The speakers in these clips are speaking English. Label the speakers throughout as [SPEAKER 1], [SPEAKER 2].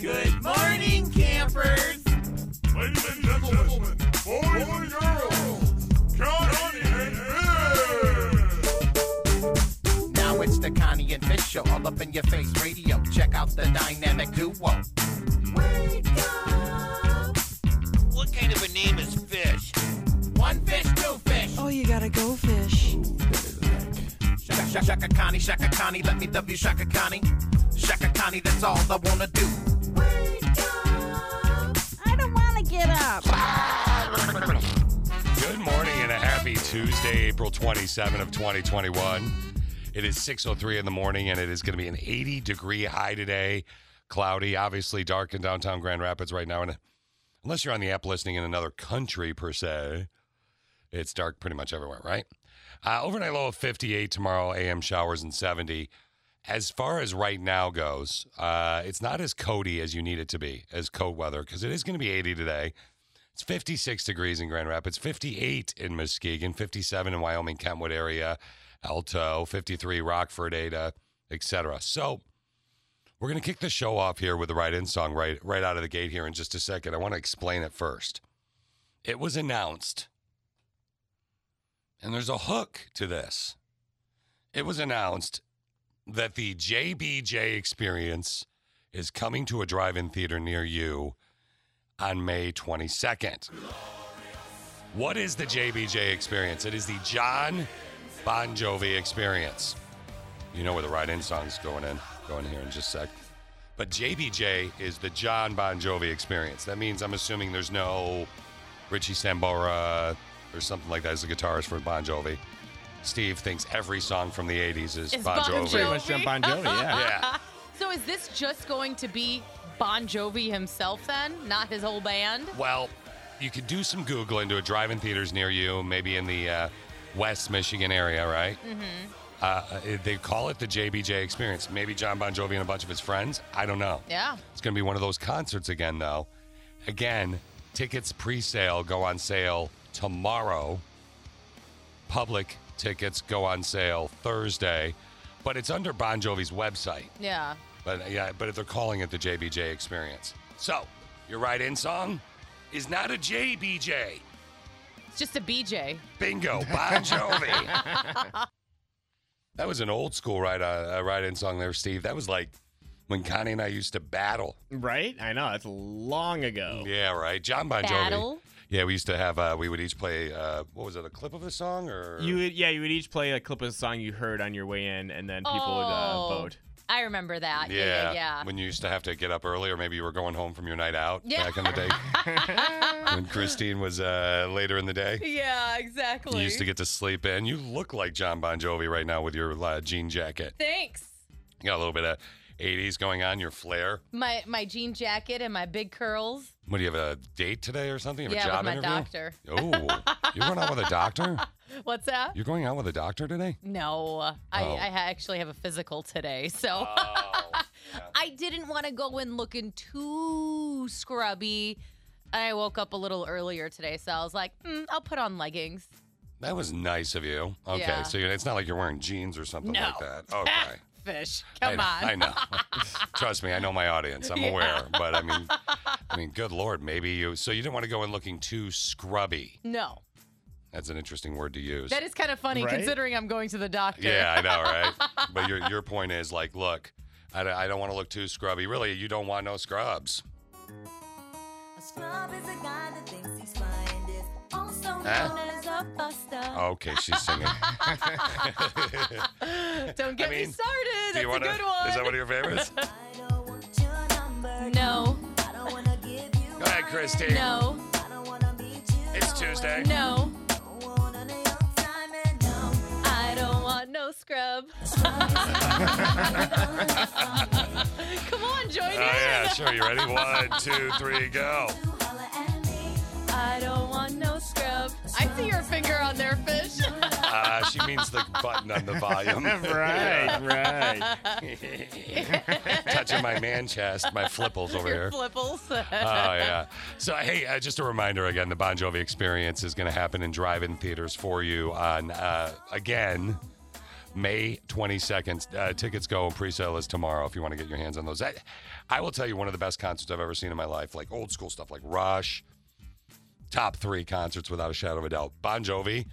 [SPEAKER 1] Good morning, campers.
[SPEAKER 2] Ladies and gentlemen, boys and girls, Johnny and Bill!
[SPEAKER 3] Now it's the Connie and Fish show, all up in your face radio. Check out the dynamic duo.
[SPEAKER 4] What kind of a name is Fish?
[SPEAKER 3] One fish, two fish.
[SPEAKER 5] Oh, you gotta go fish.
[SPEAKER 3] Shaka, shaka, shaka Connie, Shaka Connie, let me W Shaka Connie. Shaka Connie, that's all I wanna do.
[SPEAKER 6] I don't want to get up.
[SPEAKER 2] Good morning and a happy Tuesday, April 27 of 2021. It is 6:03 in the morning and it is going to be an 80 degree high today. Cloudy, obviously dark in downtown Grand Rapids right now and unless you're on the app listening in another country per se, it's dark pretty much everywhere, right? Uh, overnight low of 58 tomorrow, AM showers and 70. As far as right now goes, uh, it's not as cody as you need it to be as cold weather because it is going to be 80 today. It's 56 degrees in Grand Rapids, 58 in Muskegon, 57 in Wyoming, Kentwood area, Alto, 53 Rockford, Ada, etc. So we're going to kick the show off here with the write-in song right right out of the gate here in just a second. I want to explain it first. It was announced, and there's a hook to this. It was announced that the JBJ Experience is coming to a drive-in theater near you on May 22nd. What is the JBJ experience? It is the John Bon Jovi experience. You know where the ride-in song's going in, going here in just a sec. But JBJ is the John Bon Jovi experience. That means I'm assuming there's no Richie Sambora or something like that as a guitarist for Bon Jovi. Steve thinks every song from the 80s is
[SPEAKER 7] It's
[SPEAKER 2] Bon
[SPEAKER 7] Bon
[SPEAKER 2] Jovi.
[SPEAKER 7] Jovi.
[SPEAKER 8] Pretty much John Bon Jovi, yeah.
[SPEAKER 2] Yeah.
[SPEAKER 7] So is this just going to be Bon Jovi himself then, not his whole band?
[SPEAKER 2] Well, you could do some Googling to a drive-in theaters near you, maybe in the uh, West Michigan area, right? Mm-hmm. Uh, it- they call it the JBJ Experience. Maybe John Bon Jovi and a bunch of his friends. I don't know.
[SPEAKER 7] Yeah.
[SPEAKER 2] It's going to be one of those concerts again, though. Again, tickets pre-sale go on sale tomorrow. Public tickets go on sale Thursday, but it's under Bon Jovi's website.
[SPEAKER 7] Yeah.
[SPEAKER 2] But uh, yeah, but if they're calling it the JBJ experience. So, your right in song is not a JBJ.
[SPEAKER 7] It's just a BJ.
[SPEAKER 2] Bingo, Bon Jovi. that was an old school ride uh, ride in song there, Steve. That was like when Connie and I used to battle.
[SPEAKER 8] Right? I know. That's long ago.
[SPEAKER 2] Yeah, right. John Bon Jovi.
[SPEAKER 7] Battle?
[SPEAKER 2] Yeah, we used to have. Uh, we would each play. Uh, what was it? A clip of the song, or
[SPEAKER 8] You would, yeah, you would each play a clip of a song you heard on your way in, and then people would uh,
[SPEAKER 7] Oh.
[SPEAKER 8] vote.
[SPEAKER 7] I remember that.
[SPEAKER 2] Yeah,
[SPEAKER 7] Yeah. Yeah.
[SPEAKER 2] When you used to have to get up early, or maybe you were going home from your night out
[SPEAKER 7] Yeah.
[SPEAKER 2] back in the day. when Christine was uh, later in the day.
[SPEAKER 7] Yeah, exactly.
[SPEAKER 2] You used to get to sleep in. You look like John Bon Jovi right now with your uh, jean jacket.
[SPEAKER 7] Thanks.
[SPEAKER 2] You got a little bit of 80s going on, your flair.
[SPEAKER 7] My my jean jacket and my big curls.
[SPEAKER 2] What do you have a date today or something? You have
[SPEAKER 7] yeah,
[SPEAKER 2] a job
[SPEAKER 7] with my
[SPEAKER 2] interview?
[SPEAKER 7] doctor.
[SPEAKER 2] Oh, you're going out with a doctor?
[SPEAKER 7] What's that?
[SPEAKER 2] You're going out with a doctor today?
[SPEAKER 7] No, I,
[SPEAKER 2] Oh.
[SPEAKER 7] I ha- actually have a physical today, so I didn't want to go in looking too scrubby. I woke up a little earlier today, so I was like, mm, I'll put on leggings.
[SPEAKER 2] That was nice of you. Okay,
[SPEAKER 7] Yeah.
[SPEAKER 2] so you're- it's not like you're wearing jeans or something
[SPEAKER 7] No.
[SPEAKER 2] like that. Okay.
[SPEAKER 7] Fish,
[SPEAKER 2] I
[SPEAKER 7] come
[SPEAKER 2] know,
[SPEAKER 7] on.
[SPEAKER 2] I know. Trust me, I know my audience. I'm aware, but I mean, I mean, good lord, maybe you. So you didn't want to go in looking too scrubby.
[SPEAKER 7] No,
[SPEAKER 2] That's an interesting word to use.
[SPEAKER 7] that is kind of funny
[SPEAKER 8] Right?
[SPEAKER 7] considering I'm going to the doctor.
[SPEAKER 2] Yeah, I know, right? but your your point is like, look, I, don't- I don't want to look too scrubby. Really, you don't want no scrubs. Huh? Okay, she's singing.
[SPEAKER 7] Don't get
[SPEAKER 2] I
[SPEAKER 7] me
[SPEAKER 2] mean,
[SPEAKER 7] started.
[SPEAKER 2] Do
[SPEAKER 7] That's
[SPEAKER 2] you want
[SPEAKER 7] a
[SPEAKER 2] to?
[SPEAKER 7] good one.
[SPEAKER 2] Is that one of your favorites? Go
[SPEAKER 7] no,
[SPEAKER 2] ahead, Christine.
[SPEAKER 7] no,
[SPEAKER 2] It's Tuesday.
[SPEAKER 7] no. I don't want no scrub. come on, join
[SPEAKER 2] Oh
[SPEAKER 7] in.
[SPEAKER 2] yeah, sure. You ready? One, two, three, go.
[SPEAKER 7] I don't want no scrub. I see your finger on there, fish.
[SPEAKER 2] Uh, she means the button on the volume.
[SPEAKER 8] right, right.
[SPEAKER 2] Touching my man chest, my flipples over here.
[SPEAKER 7] Your flipples.
[SPEAKER 2] Oh yeah. So hey, uh, just a reminder again: the Bon Jovi Experience is going to happen in drive-in theaters for you on uh, again May 22nd. Uh, tickets go and pre-sale is tomorrow. If you want to get your hands on those, I, I will tell you one of the best concerts I've ever seen in my life. Like old school stuff, like Rush. Top three concerts without a shadow of a doubt. Bon Jovi.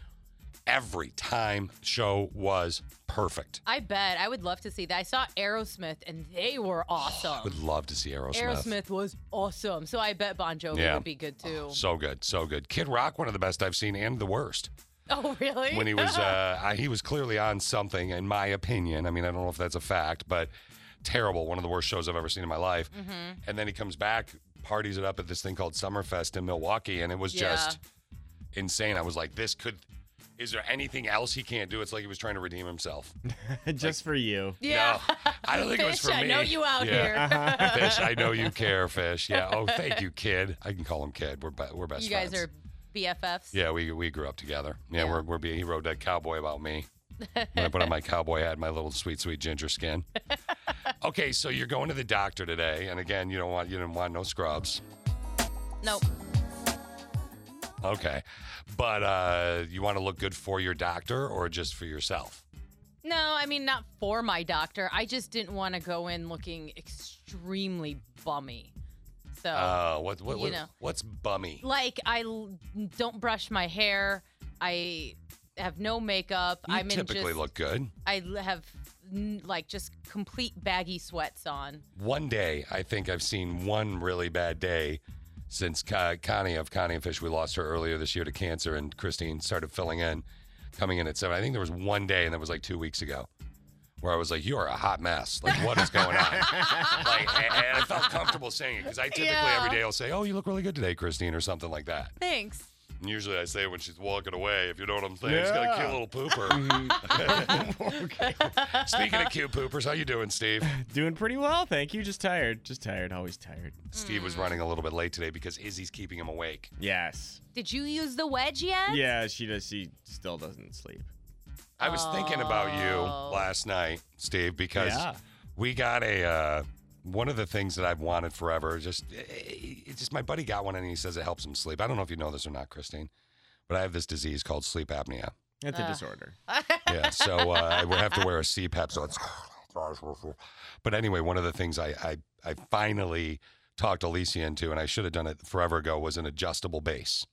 [SPEAKER 2] Every time show was perfect.
[SPEAKER 7] I bet. I would love to see that. I saw Aerosmith and they were awesome.
[SPEAKER 2] Would love to see Aerosmith.
[SPEAKER 7] Aerosmith was awesome. So I bet Bon Jovi
[SPEAKER 2] Yeah.
[SPEAKER 7] would be good too.
[SPEAKER 2] So good, so good. Kid Rock, one of the best I've seen, and the worst.
[SPEAKER 7] Oh, really?
[SPEAKER 2] when he was uh, I- he was clearly on something in my opinion i mean i don't know if that's a fact but terrible one of the worst shows i've ever seen in my life
[SPEAKER 7] Mm-hmm.
[SPEAKER 2] and then he comes back parties it up at this thing called summerfest in milwaukee and it was
[SPEAKER 7] Yeah.
[SPEAKER 2] just insane i was like this could is there anything else he can't do it's like he was trying to redeem himself
[SPEAKER 8] Just for you.
[SPEAKER 7] yeah.
[SPEAKER 2] no i don't think it was
[SPEAKER 7] Fish,
[SPEAKER 2] for me
[SPEAKER 7] I know you out
[SPEAKER 2] Yeah.
[SPEAKER 7] here.
[SPEAKER 2] fish i know you care fish yeah oh thank you kid i can call him kid we're, be- we're best
[SPEAKER 7] You guys
[SPEAKER 2] friends.
[SPEAKER 7] are BFFs.
[SPEAKER 2] Yeah, we we grew up together. Yeah,
[SPEAKER 7] Yeah.
[SPEAKER 2] we're we're being, he wrote that cowboy about me. when I put on my cowboy hat, my little sweet sweet ginger skin. okay, so you're going to the doctor today, and again, you don't want you didn't want no scrubs.
[SPEAKER 7] Nope.
[SPEAKER 2] Okay, but uh, you want to look good for your doctor or just for yourself?
[SPEAKER 7] No, I mean, not for my doctor. I just didn't want to go in looking extremely bummy. So,
[SPEAKER 2] Uh, what what,
[SPEAKER 7] Oh. You
[SPEAKER 2] what
[SPEAKER 7] know.
[SPEAKER 2] what's bummy?
[SPEAKER 7] like, I l- don't brush my hair. I have no makeup.
[SPEAKER 2] You
[SPEAKER 7] I'm in
[SPEAKER 2] typically
[SPEAKER 7] just,
[SPEAKER 2] look good.
[SPEAKER 7] I l- have n- like just complete baggy sweats on.
[SPEAKER 2] One day, I think I've seen one really bad day since Ka- Connie of Connie and Fish. We lost her earlier this year to cancer, and Christine started filling in, coming in at seven. I think there was one day, and that was like two weeks ago, where I was like, "You are a hot mess. Like, what is going on?" like, and, and I felt comfortable saying it because I typically
[SPEAKER 7] Yeah.
[SPEAKER 2] every day I'll say, "Oh, you look really good today, Christine," or something like that.
[SPEAKER 7] Thanks.
[SPEAKER 2] And usually I say it when she's walking away, if you know what I'm saying. She's got a cute
[SPEAKER 8] Yeah.
[SPEAKER 2] little pooper. Okay. Speaking of cute poopers, how you doing, Steve?
[SPEAKER 8] Doing pretty well, thank you. Just tired. Just tired. Always tired.
[SPEAKER 2] Steve was running a little bit late today because Izzy's keeping him awake.
[SPEAKER 8] Yes.
[SPEAKER 7] Did you use the wedge yet?
[SPEAKER 8] Yeah, she does. She still doesn't sleep.
[SPEAKER 2] I was thinking about
[SPEAKER 7] Oh.
[SPEAKER 2] you last night, Steve, because
[SPEAKER 8] Yeah.
[SPEAKER 2] we got a uh, one of the things that I've wanted forever. Just it's just my buddy got one and he says it helps him sleep. I don't know if you know this or not, Christine, but I have this disease called sleep apnea.
[SPEAKER 8] It's
[SPEAKER 7] Uh.
[SPEAKER 8] a disorder.
[SPEAKER 2] Yeah, so uh, I would have to wear a CPAP. So it's but anyway, one of the things I I, I finally talked Alicia into, and I should have done it forever ago, was an adjustable base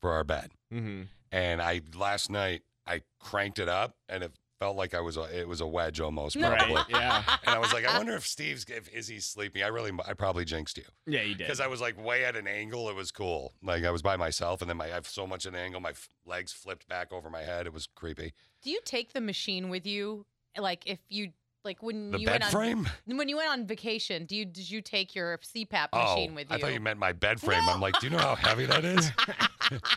[SPEAKER 2] for our bed.
[SPEAKER 8] Mm-hmm.
[SPEAKER 2] and I last night I cranked it up and it felt like I was a, it was a wedge almost probably.
[SPEAKER 8] Right. Yeah.
[SPEAKER 2] And I was like, I wonder if Steve's if Izzy's sleeping. I really I probably jinxed you
[SPEAKER 8] Yeah, you did.
[SPEAKER 2] because I was like way at an angle. It was cool. Like I was by myself and then my I have so much at an angle. My f- legs flipped back over my head. It was creepy.
[SPEAKER 7] Do you take the machine with you? Like if you like when
[SPEAKER 2] The
[SPEAKER 7] you
[SPEAKER 2] bed
[SPEAKER 7] went on
[SPEAKER 2] frame.
[SPEAKER 7] when you went on vacation, do you did you take your CPAP
[SPEAKER 2] Oh,
[SPEAKER 7] machine with you?
[SPEAKER 2] I thought you meant my bed frame. I'm like, do you know how heavy that is?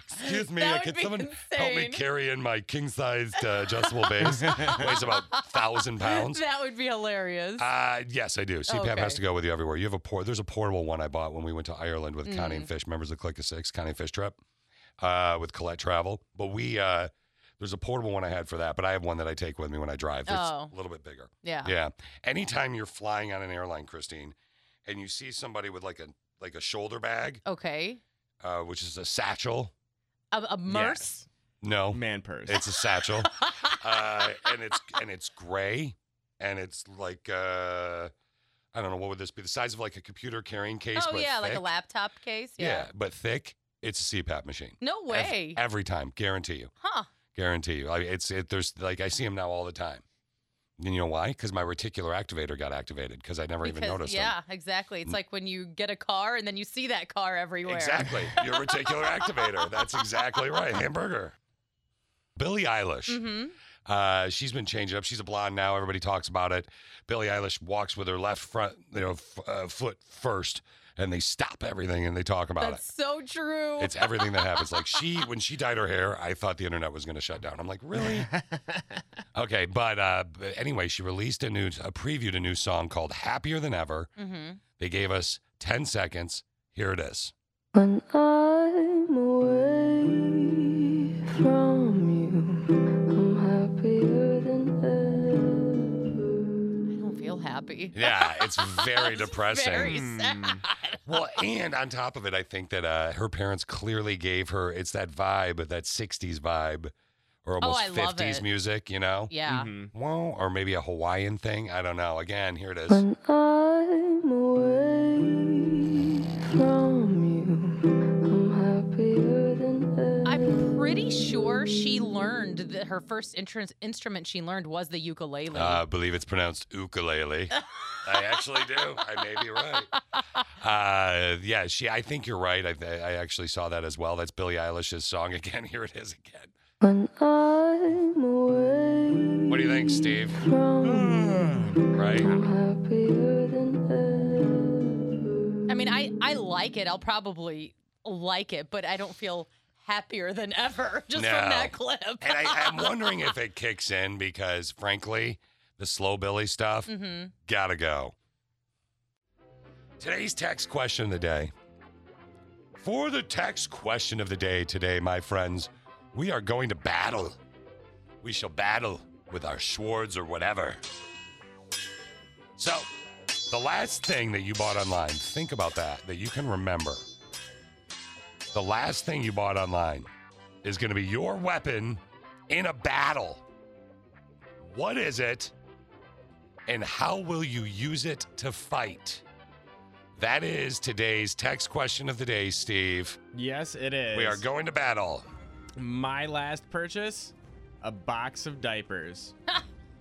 [SPEAKER 2] Excuse me,
[SPEAKER 7] That
[SPEAKER 2] uh,
[SPEAKER 7] would
[SPEAKER 2] can
[SPEAKER 7] be
[SPEAKER 2] someone help me
[SPEAKER 7] insane.
[SPEAKER 2] carry in my king sized uh, adjustable base? Weighs about thousand pounds.
[SPEAKER 7] that would be hilarious.
[SPEAKER 2] Uh, yes, I do. CPAP has
[SPEAKER 7] Okay.
[SPEAKER 2] to go with you everywhere. You have a port. There's a portable one I bought when we went to Ireland with Connie
[SPEAKER 7] Mm.
[SPEAKER 2] and Fish, members of Click of Six, Connie and Fish trip, uh, with Colette Travel. But we uh, there's a portable one I had for that, but I have one that I take with me when I drive. It's
[SPEAKER 7] Oh.
[SPEAKER 2] a little bit bigger.
[SPEAKER 7] yeah.
[SPEAKER 2] Yeah. Anytime you're flying on an airline, Christine, and you see somebody with like a like a shoulder bag,
[SPEAKER 7] Okay.
[SPEAKER 2] uh, which is a satchel.
[SPEAKER 7] A, a merce.
[SPEAKER 2] No,
[SPEAKER 8] Man purse.
[SPEAKER 2] it's a satchel, uh, and it's and it's gray, and it's like uh, I don't know what would this be the size of like a computer carrying case.
[SPEAKER 7] Oh
[SPEAKER 2] but
[SPEAKER 7] yeah, like a
[SPEAKER 2] thick?
[SPEAKER 7] laptop case.
[SPEAKER 2] Yeah.
[SPEAKER 7] Yeah.
[SPEAKER 2] but thick. It's a CPAP machine.
[SPEAKER 7] No
[SPEAKER 2] Ev-
[SPEAKER 7] way.
[SPEAKER 2] every time, guarantee you,
[SPEAKER 7] huh.
[SPEAKER 2] guarantee you. I it's it. There's like I see them now all the time. And you know why? Because my reticular activator got activated because I never even
[SPEAKER 7] Because-
[SPEAKER 2] noticed. 'em. Mm.
[SPEAKER 7] yeah, exactly. It's like when you get a car and then you see that car everywhere.
[SPEAKER 2] Exactly. Your reticular activator. That's exactly right. Hamburger. Billie Eilish.
[SPEAKER 7] hmm
[SPEAKER 2] Uh, she's been changing up. She's a blonde now. Everybody talks about it. Billie Eilish walks with her left front, you know, f- uh, foot first, and they stop everything and they talk about
[SPEAKER 7] That's so true.
[SPEAKER 2] it. It's everything that happens. Like she, when she dyed her hair, I thought the internet was going to shut down. I'm like, really? okay, but uh, but anyway, she released a new, a previewed a new song called "Happier Than Ever."
[SPEAKER 7] mm-hmm.
[SPEAKER 2] They gave us 10 seconds. Here it is.
[SPEAKER 5] When I'm away from you, I'm
[SPEAKER 7] real happy.
[SPEAKER 2] Yeah, it's very depressing. Mm.
[SPEAKER 7] Very sad.
[SPEAKER 2] Well, and on top of it, I think that uh, her parents clearly gave her it's that vibe, that 60s vibe, or almost
[SPEAKER 7] Oh, I love
[SPEAKER 2] 50s
[SPEAKER 7] it.
[SPEAKER 2] music, you know?
[SPEAKER 7] Yeah.
[SPEAKER 8] Mhm.
[SPEAKER 2] Well, or maybe a Hawaiian thing. I don't know. Again, here it is.
[SPEAKER 5] When I'm away from you, I'm happier than ever.
[SPEAKER 7] I'm pretty sure she learned that her first entrance instrument she learned was the ukulele.
[SPEAKER 2] Uh, I believe it's pronounced ukulele. I actually do. I may be right. Uh, yeah, she. I think you're right. I, I actually saw that as well. That's Billie Eilish's song again. Here it is again.
[SPEAKER 5] When I'm away
[SPEAKER 2] What do you think, Steve?
[SPEAKER 5] from you,
[SPEAKER 2] Right?
[SPEAKER 5] I'm happier than ever.
[SPEAKER 7] I mean, I I
[SPEAKER 2] mm.
[SPEAKER 7] like it. I'll probably like it, but I don't feel happier than ever just
[SPEAKER 2] No.
[SPEAKER 7] from that clip.
[SPEAKER 2] And I, I'm wondering if it kicks in because, frankly, the slow Billy stuff
[SPEAKER 7] hmm
[SPEAKER 2] gotta go. Today's text question of the day. For the text question of the day today, my friends, we are going to battle. We shall battle with our swords or whatever. So, the last thing that you bought online, think about that, that you can remember. The last thing you bought online is going to be your weapon in a battle. What is it? and how will you use it to fight? That is today's text question of the day, Steve.
[SPEAKER 8] Yes, it is.
[SPEAKER 2] We are going to battle.
[SPEAKER 8] My last purchase, a box of diapers.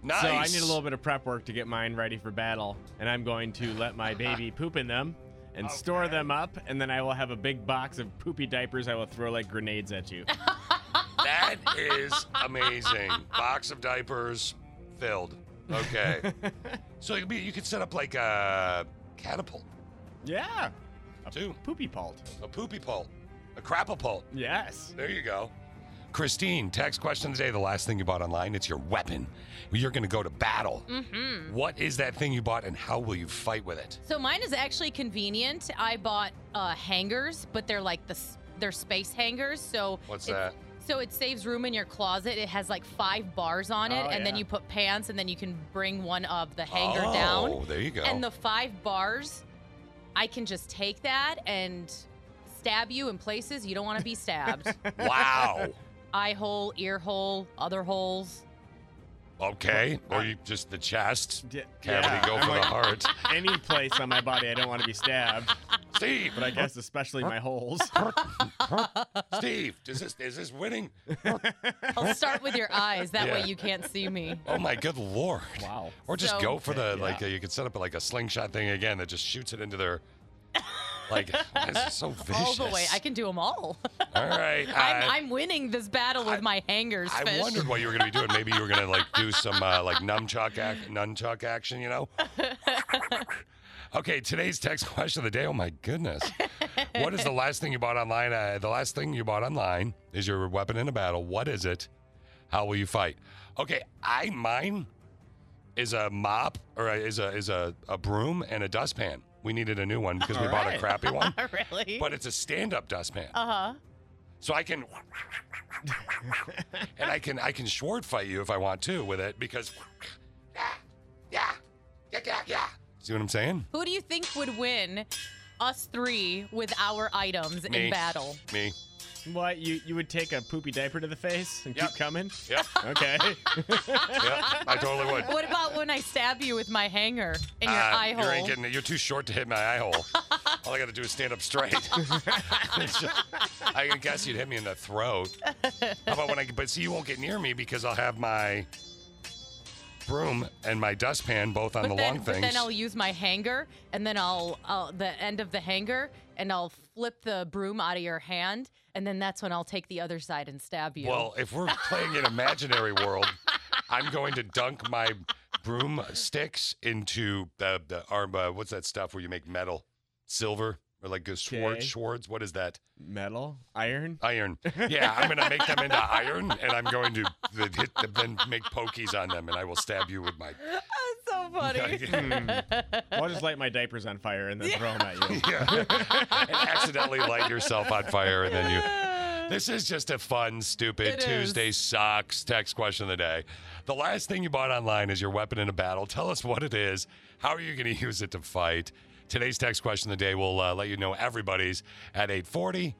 [SPEAKER 2] Nice.
[SPEAKER 8] So I need a little bit of prep work to get mine ready for battle, and I'm going to let my baby poop in them and store them up, and then I will have a big box of poopy diapers I will throw like grenades at you.
[SPEAKER 2] That is amazing. Box of diapers filled. Okay. so you could be- you could set up like a catapult,
[SPEAKER 8] yeah. A
[SPEAKER 2] Two.
[SPEAKER 8] poopy palt.
[SPEAKER 2] a poopy pole, a crapple pole.
[SPEAKER 8] Yes.
[SPEAKER 2] There you go. Christine, text question today. The last thing you bought online, it's your weapon. You're going to go to battle.
[SPEAKER 7] hmm
[SPEAKER 2] What is that thing you bought and how will you fight with it?
[SPEAKER 7] So mine is actually convenient. I bought uh, hangers, but they're like the s- they're space hangers. So
[SPEAKER 2] What's
[SPEAKER 7] it's-
[SPEAKER 2] that?
[SPEAKER 7] So it saves room in your closet. It has like five bars on it,
[SPEAKER 8] Oh,
[SPEAKER 7] and then
[SPEAKER 8] yeah.
[SPEAKER 7] you put pants, and then you can bring one of the hanger down.
[SPEAKER 2] Oh, there you go.
[SPEAKER 7] And the five bars, I can just take that and stab you in places you don't want to be stabbed.
[SPEAKER 2] wow.
[SPEAKER 7] Eye hole, ear hole, other holes.
[SPEAKER 2] Okay. Or you just the chest
[SPEAKER 8] D-
[SPEAKER 2] cavity
[SPEAKER 8] yeah.
[SPEAKER 2] go
[SPEAKER 8] I'm
[SPEAKER 2] for the
[SPEAKER 8] like,
[SPEAKER 2] heart.
[SPEAKER 8] Any place on my body I don't want to be stabbed,
[SPEAKER 2] Steve,
[SPEAKER 8] but I guess especially my holes.
[SPEAKER 2] Steve, is this is this winning?
[SPEAKER 7] I'll start with your eyes. That
[SPEAKER 2] Yeah.
[SPEAKER 7] way you can't see me.
[SPEAKER 2] Oh my good lord.
[SPEAKER 8] Wow.
[SPEAKER 2] Or just
[SPEAKER 7] So-
[SPEAKER 2] go for the
[SPEAKER 8] Okay,
[SPEAKER 2] like
[SPEAKER 8] yeah.
[SPEAKER 2] uh, you could set up like a slingshot thing again that just shoots it into their like this is so vicious.
[SPEAKER 7] All the way. I can do them all.
[SPEAKER 2] All right.
[SPEAKER 7] I'm,
[SPEAKER 2] uh,
[SPEAKER 7] I'm winning this battle with my hangers.
[SPEAKER 2] I
[SPEAKER 7] fish.
[SPEAKER 2] wondered what you were gonna be doing. Maybe you were gonna like do some uh, like nunchuck ac- nunchuck action, you know? okay, today's text question of the day. Oh my goodness, what is the last thing you bought online? Uh, the last thing you bought online is your weapon in a battle. What is it? How will you fight? Okay, I mine is a mop or a, is a is a, a broom and a dustpan. We needed a new one because we bought a
[SPEAKER 8] Alright.
[SPEAKER 2] crappy one,
[SPEAKER 7] really?
[SPEAKER 2] but it's a stand-up dustpan
[SPEAKER 7] uh huh.
[SPEAKER 2] so I can and I can I can sword fight you if I want to with it because yeah yeah yeah yeah yeah. See what I'm saying?
[SPEAKER 7] Who do you think would win us three with our items
[SPEAKER 2] Me.
[SPEAKER 7] in battle?
[SPEAKER 2] Me.
[SPEAKER 8] What you you would take a poopy diaper to the face and
[SPEAKER 2] Yep.
[SPEAKER 8] keep coming?
[SPEAKER 2] Yep.
[SPEAKER 8] Okay.
[SPEAKER 2] Yep. I totally would.
[SPEAKER 7] What about when I stab you with my hanger in your
[SPEAKER 2] Uh,
[SPEAKER 7] eye hole?
[SPEAKER 2] You ain't getting it. You're too short to hit my eye hole. All I got to do is stand up straight. It's just- I can guess you'd hit me in the throat. How about when I? But see, you won't get near me because I'll have my broom and my dustpan both on
[SPEAKER 7] but
[SPEAKER 2] the
[SPEAKER 7] then,
[SPEAKER 2] long
[SPEAKER 7] but
[SPEAKER 2] things.
[SPEAKER 7] then I'll use my hanger, and then I'll, I'll the end of the hanger, and I'll flip the broom out of your hand, and then that's when I'll take the other side and stab you.
[SPEAKER 2] Well, if we're playing an imaginary world, I'm going to dunk my broom sticks into the, the arm. Uh, what's that stuff where you make metal, silver, or like a sword?
[SPEAKER 8] Okay.
[SPEAKER 2] Swords? What is that?
[SPEAKER 8] Metal, iron.
[SPEAKER 2] Iron. Yeah, I'm going to make them into iron, and I'm going to th- hit them, then make pokies on them, and I will stab you with my.
[SPEAKER 7] that's so funny.
[SPEAKER 8] Well, Hmm. I'll just light my diapers on fire and then throw them at you.
[SPEAKER 2] Yeah. and accidentally light yourself on fire, and then you. This is just a fun, stupid
[SPEAKER 7] It
[SPEAKER 2] Tuesday sucks text question of the day. The last thing you bought online is your weapon in a battle. Tell us what it is. How are you going to use it to fight? Today's text question of the day will uh, let you know everybody's at 840.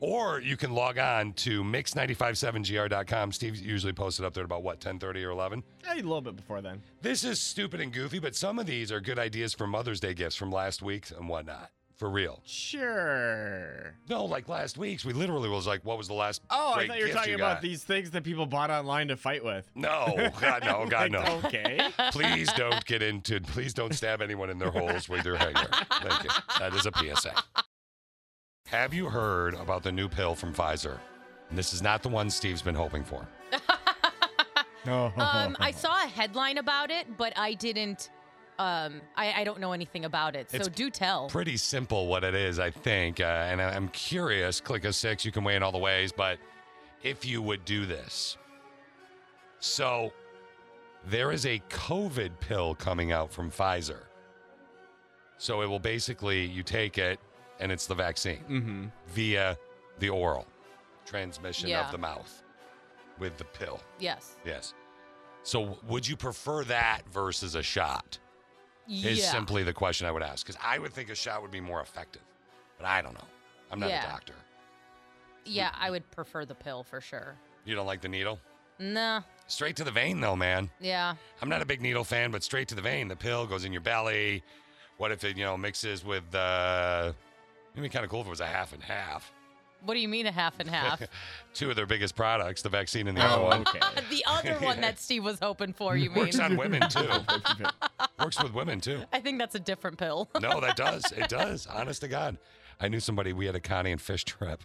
[SPEAKER 2] Or you can log on to mix957gr.com. Steve's usually posted up there at about what, 1030 or 11?
[SPEAKER 8] A little bit before then.
[SPEAKER 2] This is stupid and goofy, but some of these are good ideas for Mother's Day gifts from last week and whatnot. For real.
[SPEAKER 8] Sure.
[SPEAKER 2] No, like last week's, we literally was like, what was the last
[SPEAKER 8] Oh,
[SPEAKER 2] great
[SPEAKER 8] I thought you were
[SPEAKER 2] gift
[SPEAKER 8] talking
[SPEAKER 2] got?
[SPEAKER 8] about these things that people bought online to fight with.
[SPEAKER 2] No, God, no, God,
[SPEAKER 8] Like,
[SPEAKER 2] no.
[SPEAKER 8] Okay.
[SPEAKER 2] Please don't get into, please don't stab anyone in their holes with your hanger. Thank you. That is a PSA. Have you heard about the new pill from Pfizer? And this is not the one Steve's been hoping for.
[SPEAKER 8] No.
[SPEAKER 7] Um, I saw a headline about it, but I didn't. Um, I, I don't know anything about it, so
[SPEAKER 2] It's
[SPEAKER 7] do tell.
[SPEAKER 2] Pretty simple what it is, I think. Uh, and I- I'm curious, click a six, you can weigh in all the ways, but if you would do this. So there is a COVID pill coming out from Pfizer. So it will basically, you take it and it's the vaccine
[SPEAKER 8] Mm-hmm.
[SPEAKER 2] via the oral transmission
[SPEAKER 7] Yeah.
[SPEAKER 2] of the mouth with the pill.
[SPEAKER 7] yes.
[SPEAKER 2] Yes. So would you prefer that versus a shot? is
[SPEAKER 7] yeah.
[SPEAKER 2] simply the question I would ask because I would think a shot would be more effective, but I don't know. I'm not
[SPEAKER 7] Yeah.
[SPEAKER 2] a doctor.
[SPEAKER 7] yeah, I would prefer the pill for sure.
[SPEAKER 2] You don't like the needle?
[SPEAKER 7] Nah.
[SPEAKER 2] Straight to the vein, though, man.
[SPEAKER 7] Yeah.
[SPEAKER 2] I'm not a big needle fan, but straight to the vein. The pill goes in your belly. What if it, you know, mixes with Uh, it'd be kind of cool if it was a half and half.
[SPEAKER 7] What do you mean a half and half?
[SPEAKER 2] Two of their biggest products, the vaccine and the other
[SPEAKER 8] Oh,
[SPEAKER 2] one.
[SPEAKER 8] okay.
[SPEAKER 7] the other one that Steve was hoping for, you mean?
[SPEAKER 2] Works on women too. Works with women too.
[SPEAKER 7] I think that's a different pill.
[SPEAKER 2] No, that does. It does. Honest to God. I knew somebody, we had a Connie and Fish trip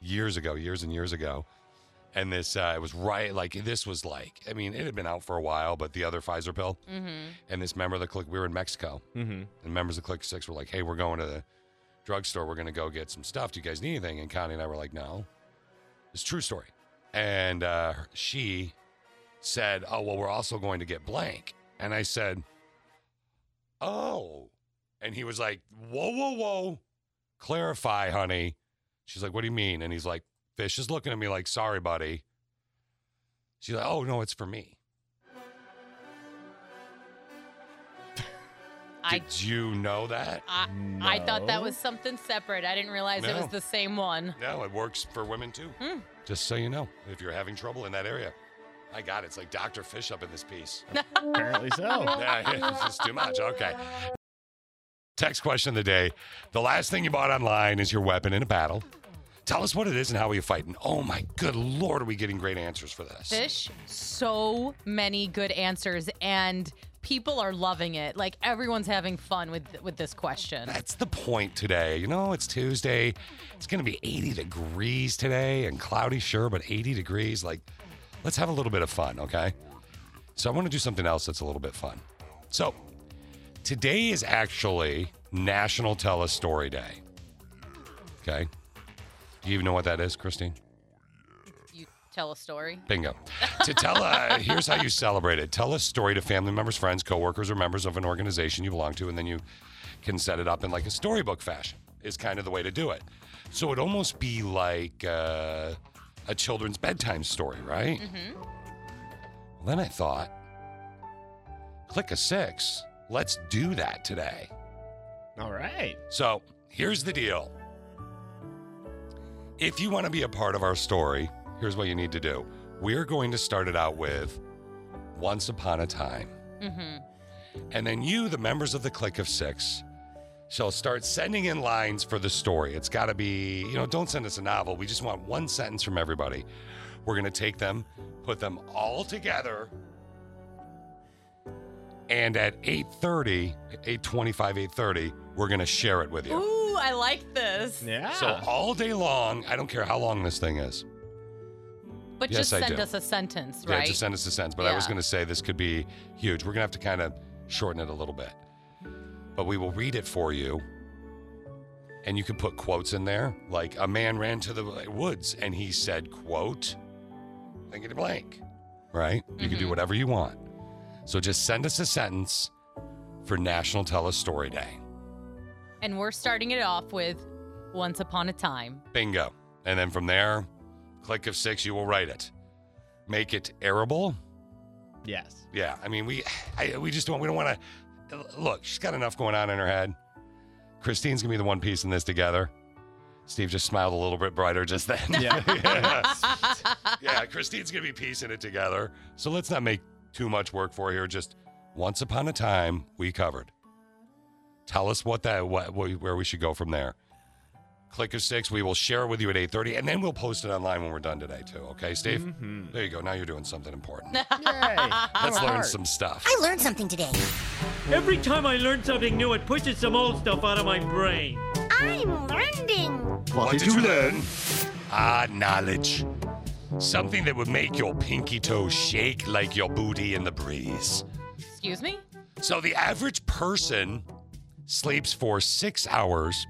[SPEAKER 2] years ago, years and years ago. And this, uh, it was right, like, this was like, I mean, it had been out for a while, but the other Pfizer pill.
[SPEAKER 7] Mm-hmm.
[SPEAKER 2] And this member of the clique, we were in Mexico,
[SPEAKER 8] Mm-hmm.
[SPEAKER 2] and members of Click Six were like, hey, we're going to the drugstore. We're going to go get some stuff. Do you guys need anything? And Connie and I were like, no. It's a true story. And uh, she said, oh, well, we're also going to get blank. And I said, oh. And he was like, whoa, whoa, whoa. Clarify, honey. She's like, what do you mean? And he's like, Fish is looking at me like, sorry, buddy. She's like, oh, no, it's for me.
[SPEAKER 7] I,
[SPEAKER 2] Did you know that?
[SPEAKER 7] I, I thought that
[SPEAKER 8] No.
[SPEAKER 7] was something separate. I didn't realize it was
[SPEAKER 2] No.
[SPEAKER 7] the same one.
[SPEAKER 2] No, it works for women too.
[SPEAKER 7] Hmm.
[SPEAKER 2] Just so you know, if you're having trouble in that area. I got it. It's like Dr. Fish up in this piece.
[SPEAKER 8] Apparently so.
[SPEAKER 2] yeah, it's just too much. Okay. Text question of the day. The last thing you bought online is your weapon in a battle. Tell us what it is and how are you fighting. Oh my good lord, are we getting great answers for this?
[SPEAKER 7] Fish, so many good answers, and people are loving it. Like everyone's having fun with with this question.
[SPEAKER 2] That's the point today. You know, it's Tuesday. It's going to be 80 degrees today and cloudy, sure, but 80 degrees. Like, let's have a little bit of fun, okay? So, I want to do something else that's a little bit fun. So, today is actually National Tell a Story Day. Okay. Do you even know what that is, Christine?
[SPEAKER 7] You tell a story.
[SPEAKER 2] Bingo. To tell a, here's how you celebrate it. Tell a story to family members, friends, coworkers, or members of an organization you belong to, and then you can set it up in like a storybook fashion. Is kind of the way to do it. So it'd almost be like uh, a children's bedtime story, right? Mm-hmm. Well, then I thought, click a six. Let's do that today.
[SPEAKER 8] All right.
[SPEAKER 2] So here's the deal. If you want to be a part of our story, here's what you need to do. We're going to start it out with Once Upon a Time.
[SPEAKER 7] Mm-hmm.
[SPEAKER 2] And then you, the members of the Click of Six, shall start sending in lines for the story. It's got to be, you know, don't send us a novel. We just want one sentence from everybody. We're going to take them, put them all together. And at 8.30, 8.25, 8.30, we're going to share it with you.
[SPEAKER 7] Ooh, I like this.
[SPEAKER 8] Yeah.
[SPEAKER 2] So all day long, I don't care how long this thing is.
[SPEAKER 7] But
[SPEAKER 2] Yes,
[SPEAKER 7] just
[SPEAKER 2] I
[SPEAKER 7] send
[SPEAKER 2] do.
[SPEAKER 7] us a sentence,
[SPEAKER 2] Yeah,
[SPEAKER 7] right?
[SPEAKER 2] just send us a sense. But I was
[SPEAKER 7] Yeah.
[SPEAKER 2] going to say this could be huge. We're going to have to kind of shorten it a little bit. But we will read it for you. And you can put quotes in there. Like a man ran to the woods and he said, quote, blankety blank. Right? You can do
[SPEAKER 7] Mm-hmm.
[SPEAKER 2] whatever you want. So just send us a sentence for National Tell a Story Day.
[SPEAKER 7] and we're starting it off with Once Upon a Time.
[SPEAKER 2] Bingo. And then from there, click of six, you will write it. Make it arable.
[SPEAKER 8] Yes.
[SPEAKER 2] Yeah, I mean, we I, we just don't we don't want to look. She's got enough going on in her head. Christine's gonna be the one piecing this together. Steve just smiled a little bit brighter just then.
[SPEAKER 8] Yeah.
[SPEAKER 2] yeah. Yeah, Christine's gonna be piecing it together. So let's not make too much work for her here. Just once upon a time, we covered. Tell us what that what, what where we should go from there. Click of six. We will share it with you at eight thirty, and then we'll post it online when we're done today too. Okay, Steve.
[SPEAKER 8] Mhm.
[SPEAKER 2] There you go. Now you're doing something important.
[SPEAKER 8] Yay.
[SPEAKER 2] Let's learn
[SPEAKER 8] Alright.
[SPEAKER 2] some stuff.
[SPEAKER 9] I learned something today.
[SPEAKER 10] Every time I learn something new, it pushes some old stuff out of my brain.
[SPEAKER 9] I'm learning.
[SPEAKER 2] What did you learn? Ah, knowledge. Something that would make your pinky toe shake like your booty in the breeze.
[SPEAKER 7] Excuse me?
[SPEAKER 2] So, the average person sleeps for six hours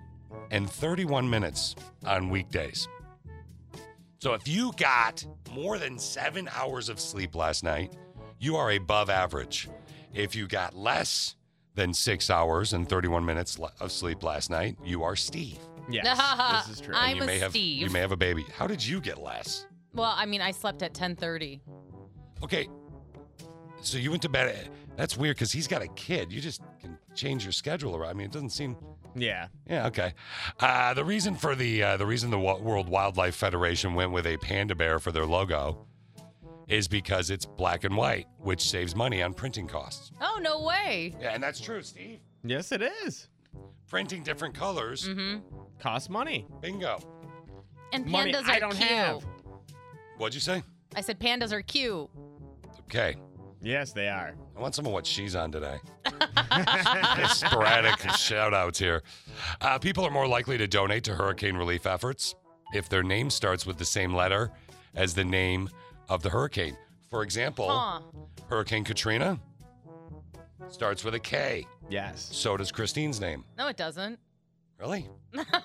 [SPEAKER 2] and 31 minutes on weekdays. So, if you got more than seven hours of sleep last night, you are above average. If you got less than six hours and 31 minutes le- of sleep last night, you are Steve.
[SPEAKER 8] Yes. this is true.
[SPEAKER 7] I'm
[SPEAKER 2] you
[SPEAKER 7] a
[SPEAKER 2] may have
[SPEAKER 7] Steve.
[SPEAKER 2] you may have a baby. How did you get less?
[SPEAKER 7] Well, I mean, I slept at 10:30.
[SPEAKER 2] Okay, so you went to bed. at- That's weird because he's got a kid. You just can change your schedule around. I mean, it doesn't seem.
[SPEAKER 8] yeah.
[SPEAKER 2] Yeah, okay. Uh, the reason for the uh, the reason the Wo- World Wildlife Federation went with a panda bear for their logo is because it's black and white, which saves money on printing costs.
[SPEAKER 7] Oh, no way.
[SPEAKER 2] Yeah, and that's true, Steve.
[SPEAKER 8] Yes, it is.
[SPEAKER 2] Printing different colors,
[SPEAKER 7] Mhm.
[SPEAKER 8] Costs money.
[SPEAKER 2] bingo.
[SPEAKER 7] And pandas
[SPEAKER 8] Money
[SPEAKER 7] are
[SPEAKER 8] I don't
[SPEAKER 7] cute.
[SPEAKER 8] have.
[SPEAKER 2] What'd you say?
[SPEAKER 7] I said pandas are cute.
[SPEAKER 2] Okay,
[SPEAKER 8] Yes, they are.
[SPEAKER 2] I want some of what she's on today. sporadic shout outs here. Uh, people are more likely to donate to hurricane relief efforts if their name starts with the same letter as the name of the hurricane. For example,
[SPEAKER 7] Huh.
[SPEAKER 2] Hurricane Katrina starts with a K.
[SPEAKER 8] Yes.
[SPEAKER 2] So does Christine's name.
[SPEAKER 7] No, it doesn't.
[SPEAKER 2] Really?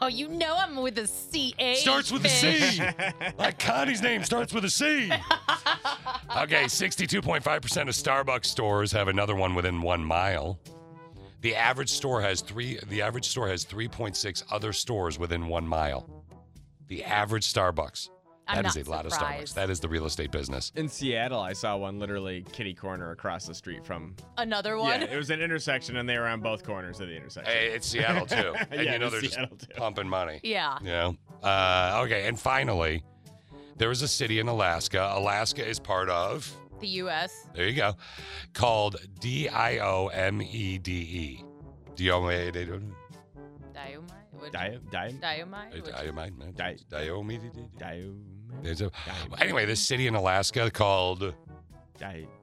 [SPEAKER 7] Oh, you know I'm with a C A.
[SPEAKER 2] starts with a C. Like Connie's name starts with a C. Okay, 62.5% of Starbucks stores have another one within 1 mile. The average store has 3 the average store has 3.6 other stores within 1 mile. The average Starbucks.
[SPEAKER 7] I'm
[SPEAKER 2] That is
[SPEAKER 7] not
[SPEAKER 2] a lot of Starbucks.
[SPEAKER 7] surprised.
[SPEAKER 2] That is the real estate business.
[SPEAKER 8] In Seattle, I saw one literally kitty corner across the street from.
[SPEAKER 7] Another one.
[SPEAKER 8] Yeah, it was an intersection, and they were on both corners of the intersection.
[SPEAKER 2] Hey, it's Seattle too. And
[SPEAKER 8] Yeah,
[SPEAKER 2] you know
[SPEAKER 8] it's
[SPEAKER 2] they're just
[SPEAKER 8] Seattle too.
[SPEAKER 2] pumping money.
[SPEAKER 7] Yeah.
[SPEAKER 2] Yeah. Uh, okay. And finally, there is a city in Alaska. Alaska is part of,
[SPEAKER 7] The U.S.
[SPEAKER 2] there you go, called D I O M E D E. Diomede.
[SPEAKER 7] Diomite. Would-
[SPEAKER 8] Dio, dio,
[SPEAKER 7] Diomite. Would-
[SPEAKER 8] Di-
[SPEAKER 2] Diomede.
[SPEAKER 7] E
[SPEAKER 2] Diomede.
[SPEAKER 8] dio,
[SPEAKER 2] E There's a- Anyway, this city in Alaska called.
[SPEAKER 8] dio,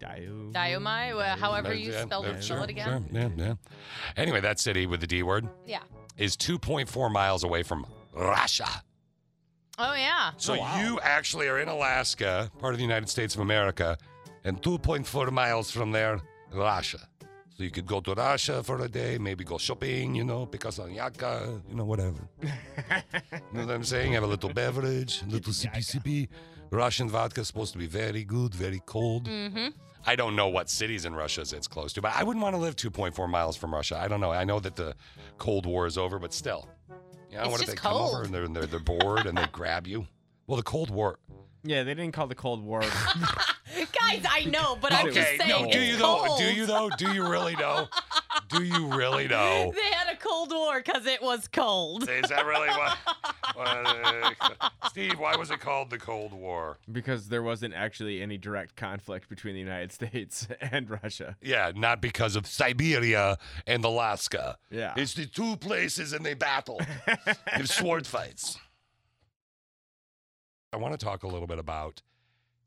[SPEAKER 8] dio,
[SPEAKER 7] Diomite. well, uh, However you
[SPEAKER 2] Yeah,
[SPEAKER 7] spell,
[SPEAKER 2] yeah,
[SPEAKER 7] it, spell
[SPEAKER 2] sure,
[SPEAKER 7] it again.
[SPEAKER 2] sure, yeah, yeah. Anyway, that city with the D word
[SPEAKER 7] Yeah.
[SPEAKER 2] is 2.4 miles away from Russia.
[SPEAKER 7] Oh yeah.
[SPEAKER 2] So you actually are in Alaska, part of the United States of America, and 2.4 miles from there, Russia. So you could go to Russia for a day, maybe go shopping, you know, pick up some yaka, you know, whatever. you know what I'm saying? Have a little beverage, a little CPCP. Russian vodka is supposed to be very good, very cold.
[SPEAKER 7] Mm-hmm.
[SPEAKER 2] I don't know what cities in Russia it's close to, but I wouldn't want to live 2.4 miles from Russia. I don't know. I know that the Cold War is over, but still. You know,
[SPEAKER 7] It's
[SPEAKER 2] what if
[SPEAKER 7] just
[SPEAKER 2] they come over
[SPEAKER 7] cold.
[SPEAKER 2] and they're, and they're, they're bored and they grab you? Well, the Cold War.
[SPEAKER 8] Yeah, they didn't call the Cold War.
[SPEAKER 7] Guys, I know, but I'm
[SPEAKER 2] okay,
[SPEAKER 7] just saying.
[SPEAKER 2] no, do
[SPEAKER 7] it's
[SPEAKER 2] you though?
[SPEAKER 7] cold.
[SPEAKER 2] Do you though? Do you really know? Do you really know?
[SPEAKER 7] They had a cold war because it was cold.
[SPEAKER 2] Is that really what? what- Steve, why was it called the Cold War?
[SPEAKER 8] because there wasn't actually any direct conflict between the United States and Russia.
[SPEAKER 2] Yeah, not because of Siberia and Alaska.
[SPEAKER 8] Yeah.
[SPEAKER 2] It's the two places and they battle. Give sword fights. I want to talk a little bit about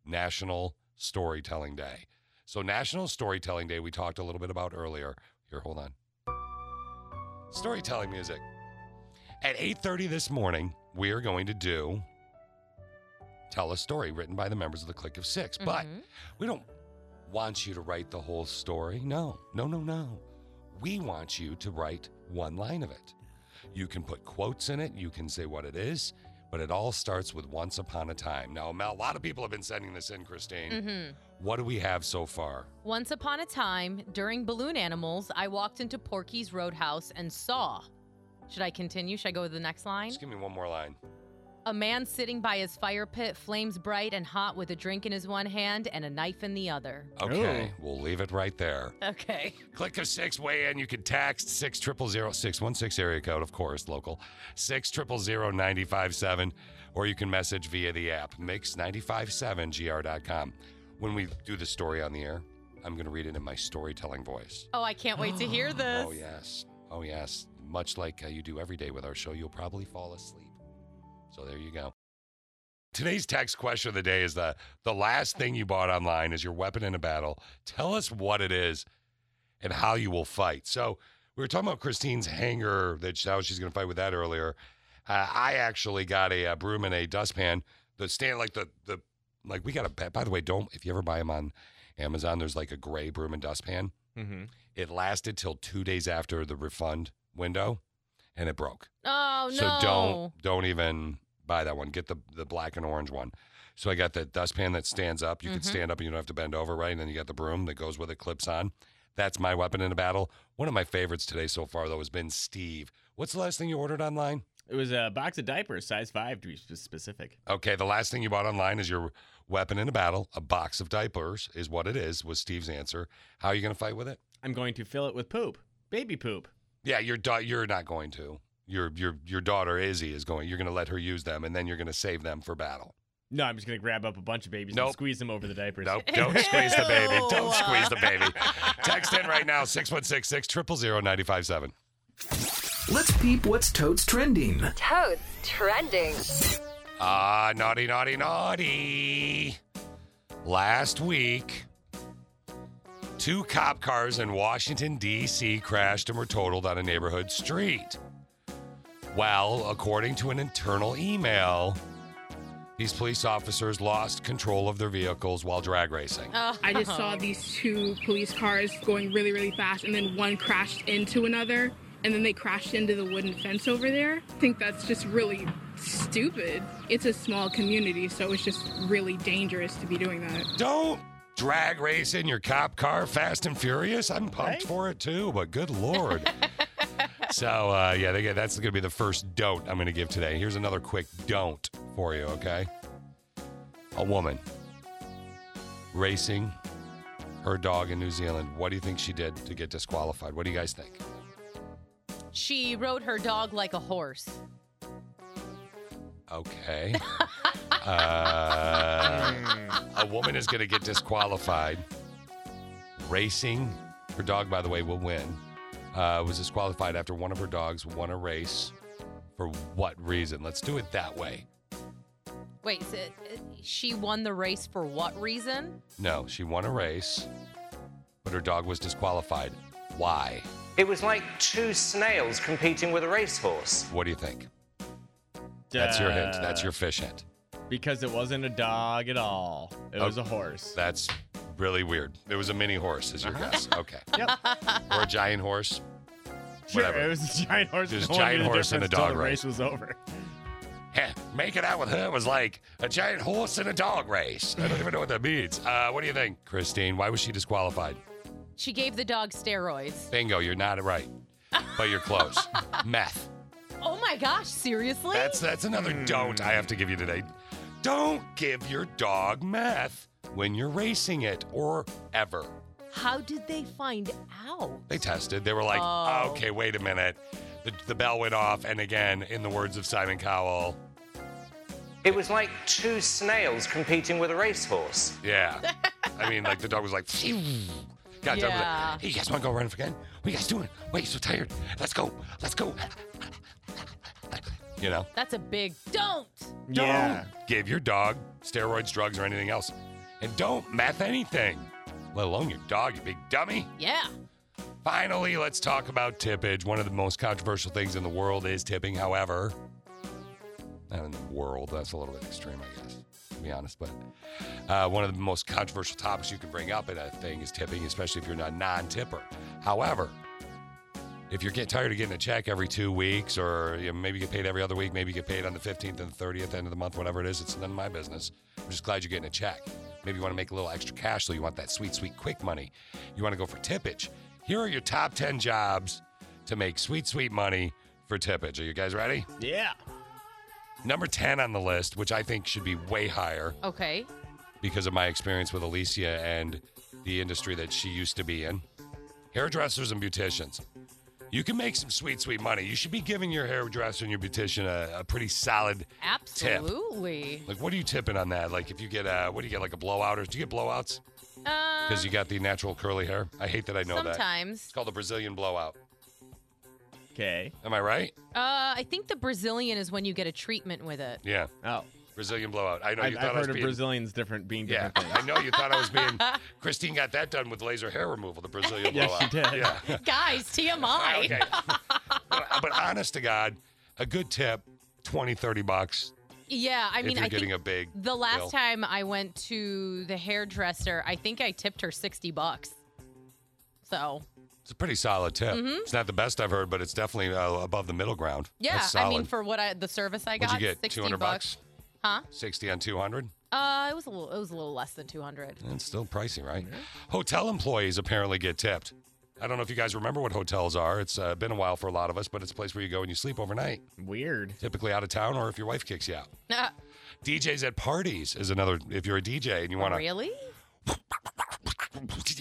[SPEAKER 2] National Storytelling Day. So, National Storytelling Day, we talked a little bit about earlier. Here, hold on. Storytelling music. At 8:30 this morning, we are going to do tell a story written by the members of the Click of 6. But
[SPEAKER 7] Mhm.
[SPEAKER 2] we don't want you to write the whole story. No, no, no, no. We want you to write one line of it. You can put quotes in it, you can say what it is, but it all starts with once upon a time. Now, Mel, a lot of people have been sending this in, Christine.
[SPEAKER 7] Mm-hmm.
[SPEAKER 2] What do we have so far?
[SPEAKER 7] Once upon a time, during Balloon Animals, I walked into Porky's Roadhouse and saw. Should I continue? Should I go to the next line?
[SPEAKER 2] Just give me one more line.
[SPEAKER 7] A man sitting by his fire pit, flames bright and hot, with a drink in his one hand and a knife in the other.
[SPEAKER 2] Okay, we'll leave it right there.
[SPEAKER 7] Okay.
[SPEAKER 2] Click of six, weigh in. You can text six triple zero six one six area code, of course, local six triple zero ninety five seven, or you can message via the app mix ninety five seven gr.com. When we do the story on the air, I'm going to read it in my storytelling voice.
[SPEAKER 7] Oh, I can't wait to hear this.
[SPEAKER 2] Oh yes, oh yes. Much like uh, you do every day with our show, you'll probably fall asleep. So there you go. Today's text question of the day is the the last thing you bought online is your weapon in a battle. Tell us what it is and how you will fight. So we were talking about Christine's hanger that how she's going to fight with that earlier. Uh, I actually got a, uh broom and a dustpan that stand like the the like we got a ba- by the way don't if you ever buy them on Amazon there's like a gray broom and dustpan.
[SPEAKER 8] Mm-hmm.
[SPEAKER 2] It lasted till two days after the refund window, and it broke.
[SPEAKER 7] Oh no.
[SPEAKER 2] so don't don't even buy that one. Get the the black and orange one. So I got the dustpan that stands up. You can
[SPEAKER 7] Mhm.
[SPEAKER 2] stand up and you don't have to bend over, right? And then you got the broom that goes with it, clips on. That's my weapon in a battle. One of my favorites today so far though has been Steve. What's the last thing you ordered online?
[SPEAKER 8] It was a box of diapers, size five to be sp- specific.
[SPEAKER 2] Okay, the last thing you bought online is your weapon in a battle. A box of diapers is what it is. Was Steve's answer? How are you going to fight with it?
[SPEAKER 8] I'm going to fill it with poop, baby poop.
[SPEAKER 2] Yeah, your da- you're not going to. Your your your daughter Izzy is going. You're going to let her use them, and then you're going to save them for battle.
[SPEAKER 8] No, I'm just gonna grab up a bunch of babies
[SPEAKER 2] Nope.
[SPEAKER 8] and squeeze them over the diapers. uh,
[SPEAKER 2] Nope, don't squeeze the baby.
[SPEAKER 7] Ew.
[SPEAKER 2] Don't squeeze the baby. Text in right now 616 600 957.
[SPEAKER 11] Let's peep what's toads trending.
[SPEAKER 12] Toads trending.
[SPEAKER 2] Ah, naughty, naughty, naughty. Last week, two cop cars in Washington, D.C. crashed and were totaled on a neighborhood street. Well, according to an internal email, these police officers lost control of their vehicles while drag racing.
[SPEAKER 13] I just saw these two police cars going really, really fast, and then one crashed into another, and then they crashed into the wooden fence over there. I think that's just really stupid. It's a small community, so it's just really dangerous to be doing that.
[SPEAKER 2] Don't drag race in your cop car, Fast and Furious. I'm pumped for it too, but good lord. so uh, yeah, they, that's going to be the first don't I'm going to give today. Here's another quick don't for you, okay? A woman racing her dog in New Zealand. What do you think she did to get disqualified? What do you guys think?
[SPEAKER 7] She rode her dog like a horse.
[SPEAKER 2] Okay. Uh, a woman is going to get disqualified. Racing, her dog, by the way, will win. Uh, was disqualified after one of her dogs won a race. For what reason? Let's do it that way.
[SPEAKER 7] Wait, so, uh, she won the race for what reason?
[SPEAKER 2] No, she won a race, but her dog was disqualified. Why?
[SPEAKER 14] It was like two snails competing with a racehorse.
[SPEAKER 2] What do you think? That's your hint. That's your fish hint.
[SPEAKER 8] Because it wasn't a dog at all. It was a horse.
[SPEAKER 2] That's really weird. It was a mini horse, is your guess. Okay.
[SPEAKER 8] Uh-huh. Yep.
[SPEAKER 2] or a giant horse.
[SPEAKER 8] Sure, it was a giant horse.
[SPEAKER 2] There's
[SPEAKER 8] and
[SPEAKER 2] a
[SPEAKER 8] no one
[SPEAKER 2] giant
[SPEAKER 8] knew the
[SPEAKER 2] horse and a
[SPEAKER 8] difference till
[SPEAKER 2] dog
[SPEAKER 8] the
[SPEAKER 2] race.
[SPEAKER 8] race was over.
[SPEAKER 2] Heh, making out with her was like a giant horse in a dog race. I don't even know what that means. Uh, what do you think, Christine? Why was she disqualified?
[SPEAKER 7] She gave the dog steroids.
[SPEAKER 2] Bingo, you're not right, but you're close. Meth.
[SPEAKER 7] Oh my gosh, seriously?
[SPEAKER 2] That's that's another don't I have to give you today. Don't give your dog meth when you're racing it or ever.
[SPEAKER 7] How did they find out?
[SPEAKER 2] They tested. They were like,
[SPEAKER 7] Oh.
[SPEAKER 2] okay, wait a minute. The, the bell went off, and again, in the words of Simon Cowell,
[SPEAKER 14] It was like two snails competing with a racehorse.
[SPEAKER 2] yeah. I mean, like the dog was like, phew. Got done with
[SPEAKER 14] Yeah.
[SPEAKER 2] it. Hey, you guys want to go run again? What you guys doing? Wait, you so tired. Let's go. Let's go. You know?
[SPEAKER 7] That's a big don't.
[SPEAKER 2] Don't give your dog steroids, drugs, or anything else. And don't meth anything, let alone your dog, you big dummy.
[SPEAKER 7] Yeah.
[SPEAKER 2] Finally, let's talk about tippage. One of the most controversial things in the world is tipping, however. Not in the world, that's a little bit extreme, I guess, to be honest. But uh, one of the most controversial topics you can bring up in a thing is tipping, especially if you're not non tipper. However, if you're getting tired of getting a check every two weeks, or you know, maybe you get paid every other week, maybe you get paid on the 15th and 30th, end of the month, whatever it is, it's none of my business. I'm just glad you're getting a check. Maybe you want to make a little extra cash, so you want that sweet, sweet quick money. You want to go for tippage. Here are your top 10 jobs to make sweet, sweet money for tippage. Are you guys ready?
[SPEAKER 8] Yeah.
[SPEAKER 2] Number 10 on the list, which I think should be way higher
[SPEAKER 7] Okay.
[SPEAKER 2] because of my experience with Alicia and the industry that she used to be in hairdressers and beauticians. You can make some sweet, sweet money. You should be giving your hairdresser and your beautician a, a pretty solid tip.
[SPEAKER 7] Absolutely.
[SPEAKER 2] Like, what are you tipping on that? Like, if you get, uh, what do you get, like a blowout? Or do you get blowouts?
[SPEAKER 7] Uh,
[SPEAKER 2] Because you got the natural curly hair. I hate that I know that.
[SPEAKER 7] sometimes.
[SPEAKER 2] It's called the Brazilian blowout.
[SPEAKER 8] Okay.
[SPEAKER 2] Am I right?
[SPEAKER 7] Uh, I think the Brazilian is when you get a treatment with it.
[SPEAKER 2] Yeah.
[SPEAKER 8] Oh.
[SPEAKER 2] Brazilian blowout. I know
[SPEAKER 8] I've,
[SPEAKER 2] you
[SPEAKER 8] I've
[SPEAKER 2] thought I was
[SPEAKER 8] heard of
[SPEAKER 2] being.
[SPEAKER 8] Brazilians different being
[SPEAKER 2] yeah,
[SPEAKER 8] different
[SPEAKER 2] I know you thought I was being. Christine got that done with laser hair removal, the Brazilian
[SPEAKER 8] Yes,
[SPEAKER 2] blowout.
[SPEAKER 8] she did.
[SPEAKER 2] Yeah.
[SPEAKER 7] Guys, TMI.
[SPEAKER 2] Ah, Okay. but, but honest to God, a good tip, 20, 30 bucks.
[SPEAKER 7] Yeah, I
[SPEAKER 2] If
[SPEAKER 7] mean,
[SPEAKER 2] you're
[SPEAKER 7] I
[SPEAKER 2] getting
[SPEAKER 7] think
[SPEAKER 2] a big
[SPEAKER 7] the last
[SPEAKER 2] bill.
[SPEAKER 7] time I went to the hairdresser, I think I tipped her sixty bucks. So
[SPEAKER 2] It's a pretty solid tip.
[SPEAKER 7] Mhm.
[SPEAKER 2] It's not the best I've heard, but it's definitely uh, above the middle ground.
[SPEAKER 7] yeah,
[SPEAKER 2] That's solid.
[SPEAKER 7] I mean, for what I, the service I
[SPEAKER 2] What'd
[SPEAKER 7] got,
[SPEAKER 2] you get,
[SPEAKER 7] sixty
[SPEAKER 2] 200
[SPEAKER 7] bucks. Huh?
[SPEAKER 2] 60 on 200.
[SPEAKER 7] Uh, it was a little. It was a little less than two hundred.
[SPEAKER 2] It's still pricey, right? Hotel employees apparently get tipped. I don't know if you guys remember what hotels are. It's uh, been a while for a lot of us, but it's a place where you go and you sleep overnight.
[SPEAKER 8] Weird.
[SPEAKER 2] Typically out of town or if your wife kicks you out. DJs at parties is another, if you're a DJ and you want to.
[SPEAKER 7] really?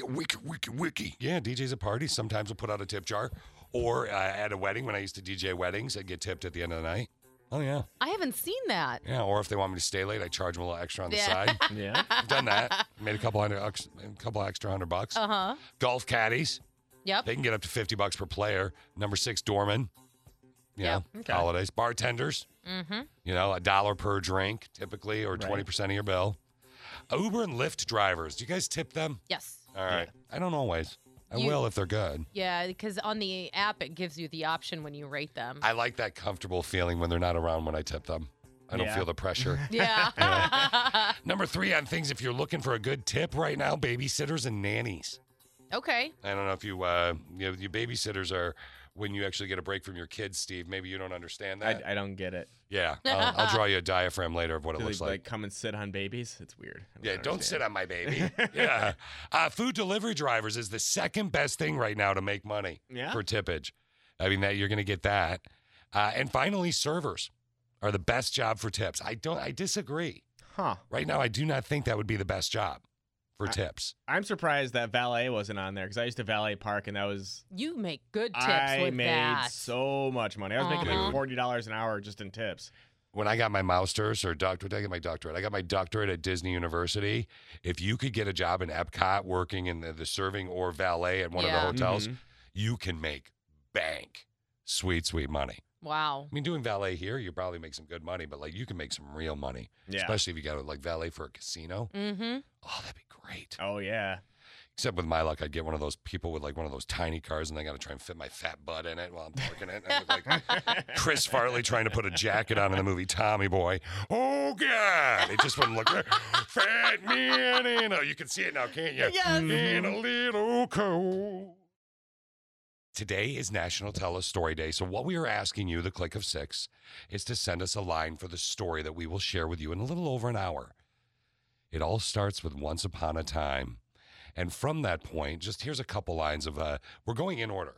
[SPEAKER 2] Wiki, wiki, wiki. Yeah, DJs at parties sometimes will put out a tip jar. Or uh, at a wedding, when I used to DJ weddings, I'd get tipped at the end of the night. Oh, yeah.
[SPEAKER 7] I haven't seen that.
[SPEAKER 2] Yeah, or if they want me to stay late, I charge them a little extra on the
[SPEAKER 7] Yeah.
[SPEAKER 2] side.
[SPEAKER 8] Yeah.
[SPEAKER 2] I've done that. Made a couple hundred, ex- a couple extra hundred bucks.
[SPEAKER 7] Uh huh.
[SPEAKER 2] Golf caddies.
[SPEAKER 7] Yep.
[SPEAKER 2] They can get up to 50 bucks per player. Number six, doorman. You
[SPEAKER 7] Yeah.
[SPEAKER 2] know, holidays. Bartenders,
[SPEAKER 7] Mm-hmm.
[SPEAKER 2] you know, a dollar per drink typically, or
[SPEAKER 7] Right.
[SPEAKER 2] 20% of your bill. Uber and Lyft drivers. Do you guys tip them?
[SPEAKER 7] Yes.
[SPEAKER 2] All right. I don't always. I
[SPEAKER 7] You-
[SPEAKER 2] will if they're good.
[SPEAKER 7] Yeah, because on the app it gives you the option when you rate them.
[SPEAKER 2] I like that comfortable feeling when they're not around when I tip them. I don't
[SPEAKER 7] Yeah.
[SPEAKER 2] feel the pressure.
[SPEAKER 7] yeah.
[SPEAKER 2] Number three on things if you're looking for a good tip right now, babysitters and nannies.
[SPEAKER 7] Okay.
[SPEAKER 2] I don't know if you, uh, you know, your babysitters are when you actually get a break from your kids, Steve. Maybe you don't understand
[SPEAKER 8] I,
[SPEAKER 2] that.
[SPEAKER 8] I don't get it.
[SPEAKER 2] yeah, I'll, I'll draw you a diaphragm later of what
[SPEAKER 8] Do
[SPEAKER 2] it
[SPEAKER 8] they,
[SPEAKER 2] looks
[SPEAKER 8] like,
[SPEAKER 2] like.
[SPEAKER 8] come and sit on babies? It's weird. I
[SPEAKER 2] Yeah, don't sit
[SPEAKER 8] understand.
[SPEAKER 2] on my baby. yeah. Uh, food delivery drivers is the second best thing right now to make money
[SPEAKER 8] Yeah?
[SPEAKER 2] for tippage. I mean, that you're going to get that. Uh, and finally, servers are the best job for tips. I don't. I disagree.
[SPEAKER 8] Huh.
[SPEAKER 2] Right now, I do not think that would be the best job for
[SPEAKER 8] I-
[SPEAKER 2] tips.
[SPEAKER 8] I'm surprised that valet wasn't on there because I used to valet park and that was
[SPEAKER 7] You make good tips
[SPEAKER 8] I
[SPEAKER 7] with
[SPEAKER 8] made
[SPEAKER 7] that.
[SPEAKER 8] so much money. I was making
[SPEAKER 7] Uh-huh.
[SPEAKER 8] like forty dollars an hour just in tips.
[SPEAKER 2] When I got my master's or doctorate, I got my doctorate. I got my doctorate at Disney University. If you could get a job in Epcot working in the, the serving or valet at one
[SPEAKER 7] Yeah.
[SPEAKER 2] of the hotels,
[SPEAKER 8] Mhm.
[SPEAKER 2] you can make bank, sweet, sweet money.
[SPEAKER 7] Wow.
[SPEAKER 2] I mean, doing valet here, you probably make some good money, but like you can make some real money,
[SPEAKER 8] Yeah.
[SPEAKER 2] especially if you got like valet for a casino.
[SPEAKER 7] Mm-hmm.
[SPEAKER 2] Oh, that'd be great.
[SPEAKER 8] Oh yeah.
[SPEAKER 2] Except with my luck, I'd get one of those people with like one of those tiny cars, and they got to try and fit my fat butt in it while I'm parking it. And I look like Chris Farley trying to put a jacket on in the movie Tommy Boy. Oh God, it just wouldn't look right. fat man in a. You can see it now, can't you?
[SPEAKER 1] Yes.
[SPEAKER 2] In a little coat. Today is National Tell a Story Day. So, what we are asking you, the click of six, is to send us a line for the story that we will share with you in a little over an hour. It all starts with Once Upon a Time. And from that point, just here's a couple lines of uh, we're going in order.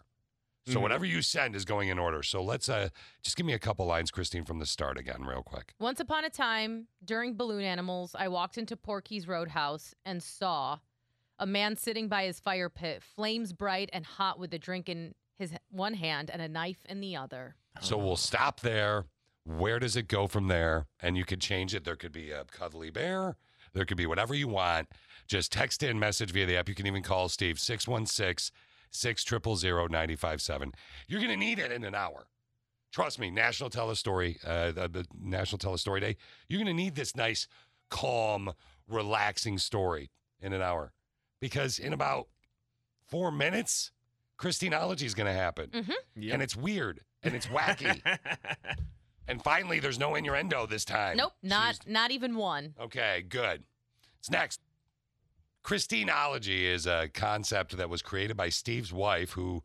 [SPEAKER 2] So,
[SPEAKER 15] Mhm.
[SPEAKER 2] whatever you send is going in order. So, let's uh, just give me a couple lines, Christine, from the start again, real quick.
[SPEAKER 7] Once upon a time, during Balloon Animals, I walked into Porky's Roadhouse and saw a man sitting by his fire pit, flames bright and hot, with a drink in his one hand and a knife in the other.
[SPEAKER 2] So, we'll stop there. Where does it go from there? And you could change it. There could be a cuddly bear, there could be whatever you want. Just text in, message via the app. You can even call Steve 616 600 957. You're going to need it in an hour. Trust me, National Tell a Story, uh, the, the National Tell a Story Day. You're going to need this nice, calm, relaxing story in an hour because in about four minutes, Christinology is going to happen.
[SPEAKER 8] Mm.
[SPEAKER 2] And it's weird and it's wacky. and finally, there's no innuendo this time.
[SPEAKER 7] Nope, not not even one.
[SPEAKER 2] Okay, good. It's next. Christinology is a concept that was created by Steve's wife, who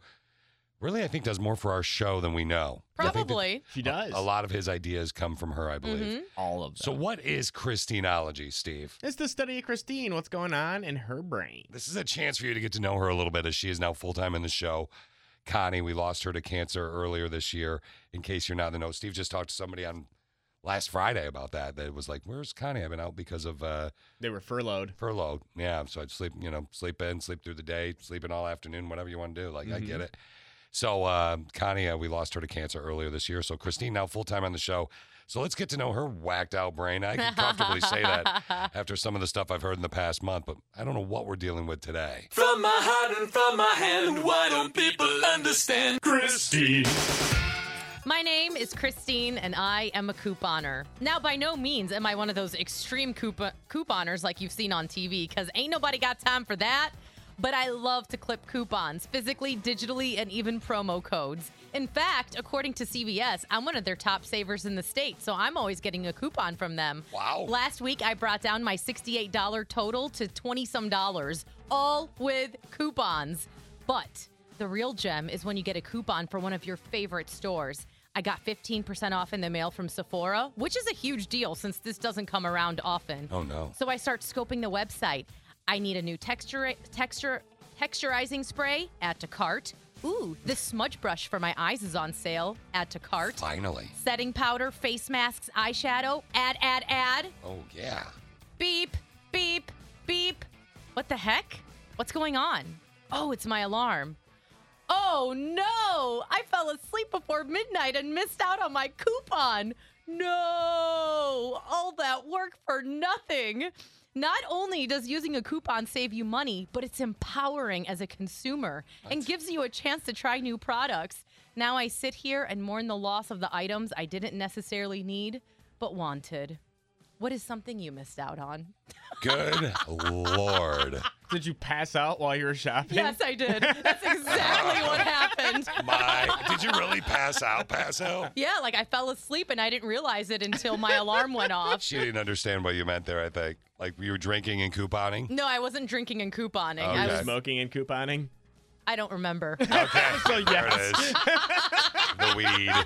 [SPEAKER 2] really, I think, does more for our show than we know. I think that
[SPEAKER 7] Probably.
[SPEAKER 8] She
[SPEAKER 2] A, a lot of his ideas come from her, I believe.
[SPEAKER 7] Mhm.
[SPEAKER 8] All of them.
[SPEAKER 2] So, what is Christinology, Steve?
[SPEAKER 8] It's the study of Christine. What's going on in her brain?
[SPEAKER 2] This is a chance for you to get to know her a little bit as she is now full time in the show. Connie, we lost her to cancer earlier this year. In case you're not in the know, Steve just talked to somebody on last Friday about that. That it was like, where's Connie? I've been out because of uh,
[SPEAKER 8] they were furloughed.
[SPEAKER 2] Furloughed, yeah. So I'd sleep, you know, sleep in, sleep through the day, sleep in all afternoon, whatever you want to do. Like I get
[SPEAKER 8] Mhm.
[SPEAKER 2] it. So uh, Connie, uh, we lost her to cancer earlier this year. So Christine now full time on the show. So let's get to know her whacked out brain. I can comfortably say that after some of the stuff I've heard in the past month, but I don't know what we're dealing with today.
[SPEAKER 1] From my heart and from my hand, why don't people understand? Christine.
[SPEAKER 7] My name is Christine, and I am a couponer. Now, by no means am I one of those extreme coupo- couponers like you've seen on TV, because ain't nobody got time for that. But I love to clip coupons, physically, digitally, and even promo codes. In fact, according to CVS, I'm one of their top savers in the state, so I'm always getting a coupon from them.
[SPEAKER 2] Wow.
[SPEAKER 7] Last week, I brought down my $68 total to 20 some dollars, all with coupons. But the real gem is when you get a coupon for one of your favorite stores. I got 15% off in the mail from Sephora, which is a huge deal since this doesn't come around often.
[SPEAKER 2] Oh no.
[SPEAKER 7] So I start scoping the website. I need a new texture texture texturizing spray. Add to cart. Ooh, this smudge brush for my eyes is on sale. Add to cart.
[SPEAKER 2] Finally.
[SPEAKER 7] Setting powder, face masks, eyeshadow. Add, add, add.
[SPEAKER 2] Oh yeah.
[SPEAKER 7] Beep, beep, beep. What the heck? What's going on? Oh, it's my alarm. Oh no! I fell asleep before midnight and missed out on my coupon. No! All that work for nothing. Not only does using a coupon save you money, but it's empowering as a consumer and gives you a chance to try new products. Now I sit here and mourn the loss of the items I didn't necessarily need, but wanted. What is something you missed out on?
[SPEAKER 2] Good lord.
[SPEAKER 8] Did you pass out while you were shopping?
[SPEAKER 7] Yes, I did. That's exactly what happened.
[SPEAKER 2] My, did you really pass out? Pass out?
[SPEAKER 7] Yeah, like I fell asleep and I didn't realize it until my alarm went off.
[SPEAKER 2] She didn't understand what you meant there. I think, like you were drinking and couponing.
[SPEAKER 7] No, I wasn't drinking and couponing. I
[SPEAKER 2] Okay.
[SPEAKER 7] was.
[SPEAKER 8] Smoking and couponing.
[SPEAKER 7] I don't remember. Uh,
[SPEAKER 2] Okay.
[SPEAKER 8] So yes.
[SPEAKER 2] There it is. the weed.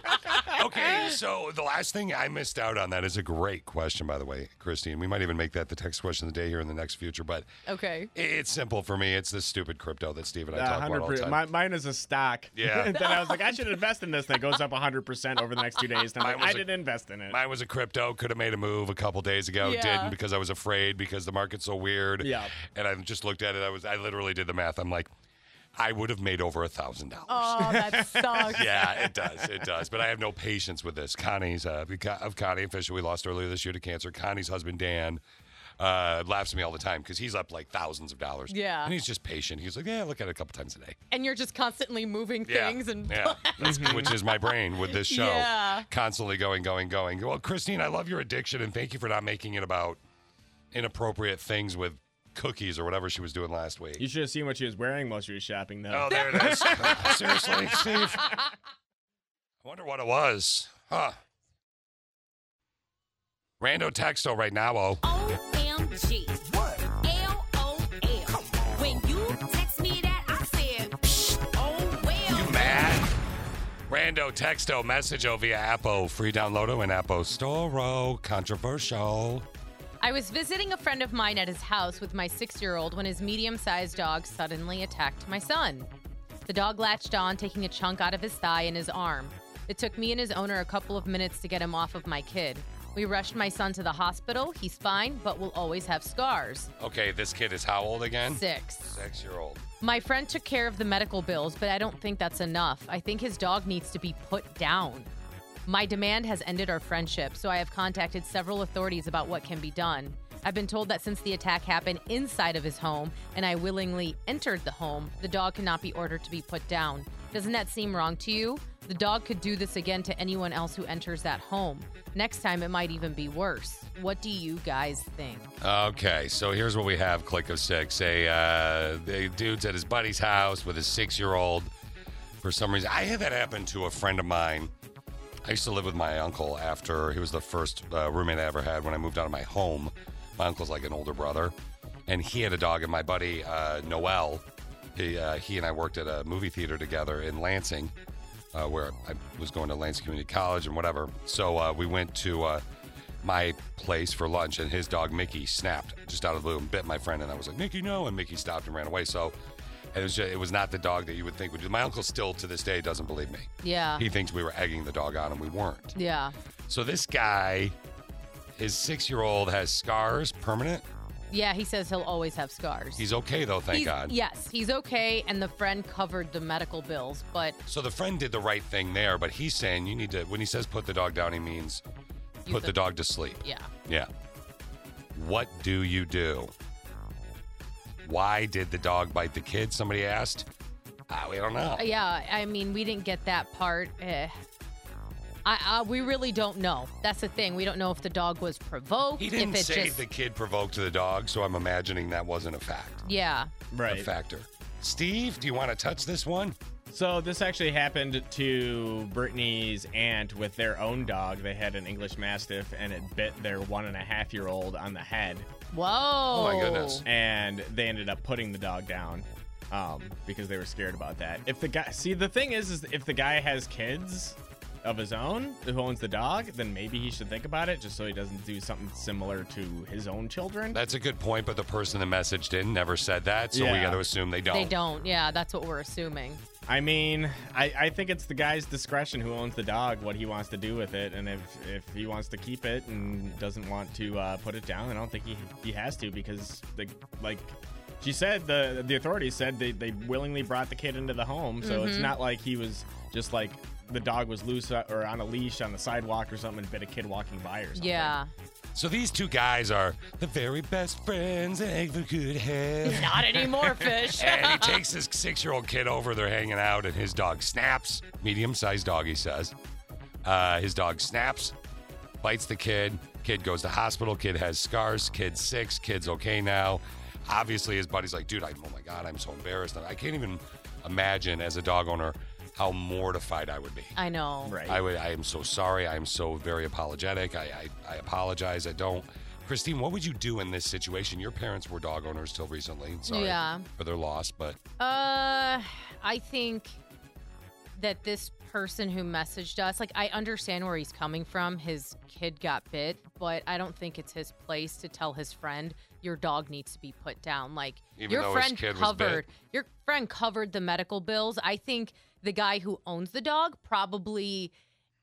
[SPEAKER 2] Okay, so the last thing I missed out on that is a great question, by the way, Christine. We might even make that the text question of the day here in the next future, but
[SPEAKER 7] Okay.
[SPEAKER 2] it's simple for me. It's this stupid crypto that Steve and I
[SPEAKER 8] Uh,
[SPEAKER 2] talk about all the
[SPEAKER 8] 100%.
[SPEAKER 2] time.
[SPEAKER 8] Mi- mine is a stock.
[SPEAKER 2] Yeah.
[SPEAKER 8] and then I was like, I should invest in this. And it goes up 100% over the next two days. And I'm
[SPEAKER 2] Mine
[SPEAKER 8] like,
[SPEAKER 2] was
[SPEAKER 8] I
[SPEAKER 2] a-
[SPEAKER 8] didn't invest in it.
[SPEAKER 2] Mine was a crypto. Could have made a move a couple days ago.
[SPEAKER 8] Yeah.
[SPEAKER 2] Didn't because I was afraid because the market's so weird.
[SPEAKER 8] Yeah.
[SPEAKER 2] And I just looked at it. I was. I literally did the math. I'm like, I would have made over a thousand dollars.
[SPEAKER 7] Oh, that sucks.
[SPEAKER 2] Yeah, it does. It does. But I have no patience with this. Connie's uh, beca- of Connie Fisher, we lost earlier this year to cancer. Connie's husband Dan uh, laughs at me all the time because he's up like thousands of dollars.
[SPEAKER 7] Yeah.
[SPEAKER 2] and he's just patient. He's like, yeah, I look at it a couple times a day.
[SPEAKER 7] And you're just constantly moving
[SPEAKER 2] Yeah,
[SPEAKER 7] things and
[SPEAKER 2] yeah, that's- which is my brain with this show.
[SPEAKER 7] Yeah.
[SPEAKER 2] Constantly going, going, going. Well, Christine, I love your addiction and thank you for not making it about inappropriate things with cookies or whatever she was doing last week.
[SPEAKER 8] You should have seen what she was wearing while she was shopping, though.
[SPEAKER 2] Oh, there it is. Seriously, Steve. I wonder what it was. Huh. Rando Texto right now, oh.
[SPEAKER 15] OMG. What? LOL. When you text me that, I said, oh, well.
[SPEAKER 2] You mad? Rando Texto message oh via Apple. Free downloado and Apple Store. oh. Controversial.
[SPEAKER 7] I was visiting a friend of mine at his house with my six year old when his medium sized dog suddenly attacked my son. The dog latched on, taking a chunk out of his thigh and his arm. It took me and his owner a couple of minutes to get him off of my kid. We rushed my son to the hospital. He's fine, but will always have scars.
[SPEAKER 2] Okay, this kid is how old again?
[SPEAKER 7] Six.
[SPEAKER 2] Six year old.
[SPEAKER 7] My friend took care of the medical bills, but I don't think that's enough. I think his dog needs to be put down. My demand has ended our friendship, so I have contacted several authorities about what can be done. I've been told that since the attack happened inside of his home and I willingly entered the home, the dog cannot be ordered to be put down. Doesn't that seem wrong to you? The dog could do this again to anyone else who enters that home. Next time, it might even be worse. What do you guys think?
[SPEAKER 2] Okay, so here's what we have, Click of Six. A uh, the dude's at his buddy's house with his six year old. For some reason, I had that happen to a friend of mine. I used to live with my uncle after he was the first uh, roommate I ever had when I moved out of my home. My uncle's like an older brother, and he had a dog, and my buddy uh, Noel, he, uh, he and I worked at a movie theater together in Lansing, uh, where I was going to Lansing Community College and whatever. So uh, we went to uh, my place for lunch, and his dog Mickey snapped just out of the blue and bit my friend, and I was like, Mickey, no, and Mickey stopped and ran away. So And it was, just, it was not the dog that you would think would do. My uncle still to this day doesn't believe me.
[SPEAKER 7] Yeah.
[SPEAKER 2] He thinks we were egging the dog on, and we weren't.
[SPEAKER 7] Yeah.
[SPEAKER 2] So this guy, his six year old has scars, permanent.
[SPEAKER 7] Yeah, he says he'll always have scars.
[SPEAKER 2] He's okay though, thank
[SPEAKER 7] He's-
[SPEAKER 2] God.
[SPEAKER 7] Yes, he's okay, and the friend covered the medical bills, but
[SPEAKER 2] So the friend did the right thing there, but he's saying you need to. When he says put the dog down, he means
[SPEAKER 7] You
[SPEAKER 2] put the
[SPEAKER 7] put-
[SPEAKER 2] dog to sleep.
[SPEAKER 7] yeah.
[SPEAKER 2] Yeah. What do you do? Why did the dog bite the kid? Somebody asked. Ah, we don't know.
[SPEAKER 7] Uh, Yeah, I mean, we didn't get that part. Eh. I, uh, we really don't know. That's the thing. We don't know if the dog was provoked.
[SPEAKER 2] He didn't
[SPEAKER 7] if it
[SPEAKER 2] say
[SPEAKER 7] just,
[SPEAKER 2] the kid provoked the dog, so I'm imagining that wasn't a fact.
[SPEAKER 7] Yeah.
[SPEAKER 2] Right. A factor. Steve, do you want to touch this one?
[SPEAKER 8] So this actually happened to Brittany's aunt with their own dog. They had an English Mastiff, and it bit their one and a half year old on the head.
[SPEAKER 7] Whoa.
[SPEAKER 2] Oh
[SPEAKER 8] And they ended up putting the dog down um, because they were scared about that. If the guy, see, the thing is, is if the guy has kids of his own who owns the dog, then maybe he should think about it just so he doesn't do something similar to his own children.
[SPEAKER 2] That's a good point, but the person that messaged in never said that, so we
[SPEAKER 8] Yeah.
[SPEAKER 2] got to assume they don't.
[SPEAKER 7] They don't. Yeah, that's what we're assuming.
[SPEAKER 8] I mean, I, I think it's the guy's discretion who owns the dog, what he wants to do with it, and if, if he wants to keep it and doesn't want to uh, put it down, I don't think he, he has to because the like she said the the authorities said they, they willingly brought the kid into the home, so it's
[SPEAKER 16] Mhm.
[SPEAKER 8] not like he was just like the dog was loose uh, or on a leash on the sidewalk or something and bit a kid walking by or something.
[SPEAKER 7] Yeah.
[SPEAKER 2] So these two guys are the very best friends I ever could have.
[SPEAKER 7] Not anymore, fish.
[SPEAKER 2] and he takes his six year old kid over. They're hanging out, and his dog snaps. Medium sized dog, he says. Uh, his dog snaps, bites the kid. Kid goes to hospital. Kid has scars. Kid's six. Kid's okay now. Obviously, his buddy's like, dude, I, oh my God, I'm so embarrassed. I can't even imagine as a dog owner how mortified I would be.
[SPEAKER 7] I know.
[SPEAKER 2] I would. I am so sorry. I am so very apologetic. I, I, I apologize. I don't. Christine, what would you do in this situation? Your parents were dog owners till recently. Sorry
[SPEAKER 7] Yeah.
[SPEAKER 2] for their loss, but
[SPEAKER 7] Uh, I think that this person who messaged us, like, I understand where he's coming from. His kid got bit, but I don't think it's his place to tell his friend your dog needs to be put down. Like,
[SPEAKER 2] Even
[SPEAKER 7] your
[SPEAKER 2] though his
[SPEAKER 7] friend
[SPEAKER 2] kid was bit?
[SPEAKER 7] covered. Your friend covered the medical bills. I think the guy who owns the dog probably,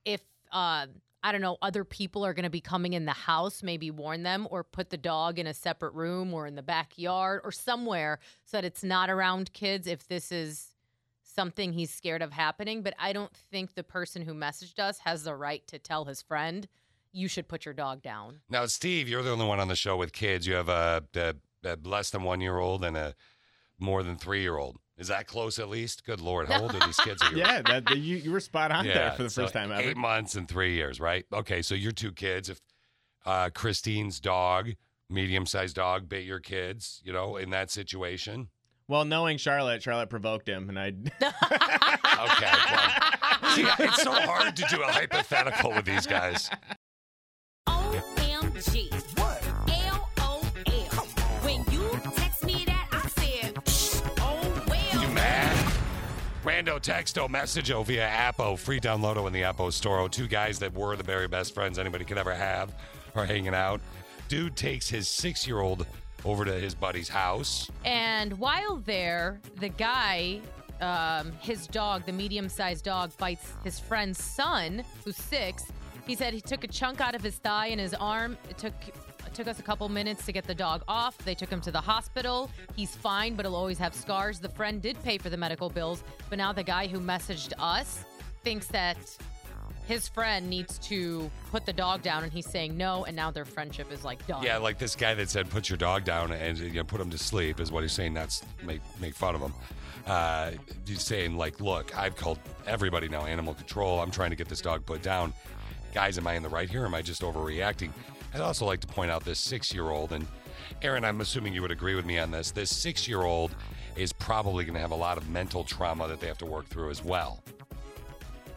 [SPEAKER 7] if uh, I don't know, other people are going to be coming in the house, maybe warn them or put the dog in a separate room or in the backyard or somewhere so that it's not around kids. If this is something he's scared of happening, but I don't think the person who messaged us has the right to tell his friend you should put your dog down.
[SPEAKER 2] now Steve, you're the only one on the show with kids. You have a, a, a less than one year old and a more than three year old. Is that close at least? Good lord, how old are these kids? Of yours?
[SPEAKER 8] Yeah, that, that- you, you were spot on there for the
[SPEAKER 2] so
[SPEAKER 8] first time ever.
[SPEAKER 2] Eight months and three years, right? Okay, so your two kids, if uh, Christine's dog, medium sized dog, bit your kids, you know, in that situation.
[SPEAKER 8] Well, knowing Charlotte, Charlotte provoked him, and I.
[SPEAKER 2] okay. See, it's so hard to do a hypothetical with these guys.
[SPEAKER 15] OMG. What? LOL. When you text me that, I said, oh well.
[SPEAKER 2] You mad? Rando texto messageo via Appo, free downloado in the Appo store. Oh, Two guys that were the very best friends anybody could ever have are hanging out. Dude takes his six year old over to his buddy's house.
[SPEAKER 7] And while there, the guy, um, his dog, the medium sized dog, bites his friend's son, who's six. He said he took a chunk out of his thigh and his arm. It took. It took us a couple minutes to get the dog off. They took him to the hospital. He's fine, but he'll always have scars. The friend did pay for the medical bills, but now the guy who messaged us thinks that his friend needs to put the dog down, and he's saying no. And now their friendship is like done.
[SPEAKER 2] Yeah, like this guy that said, "Put your dog down and you know, put him to sleep," is what he's saying. That's make make fun of him. Uh, he's saying like, "Look, I've called everybody now, animal control. I'm trying to get this dog put down. Guys, am I in the right here? Or am I just overreacting?" I'd also like to point out this six year old and Aaron. I'm assuming you would agree with me on this. This six year old is probably going to have a lot of mental trauma that they have to work through as well.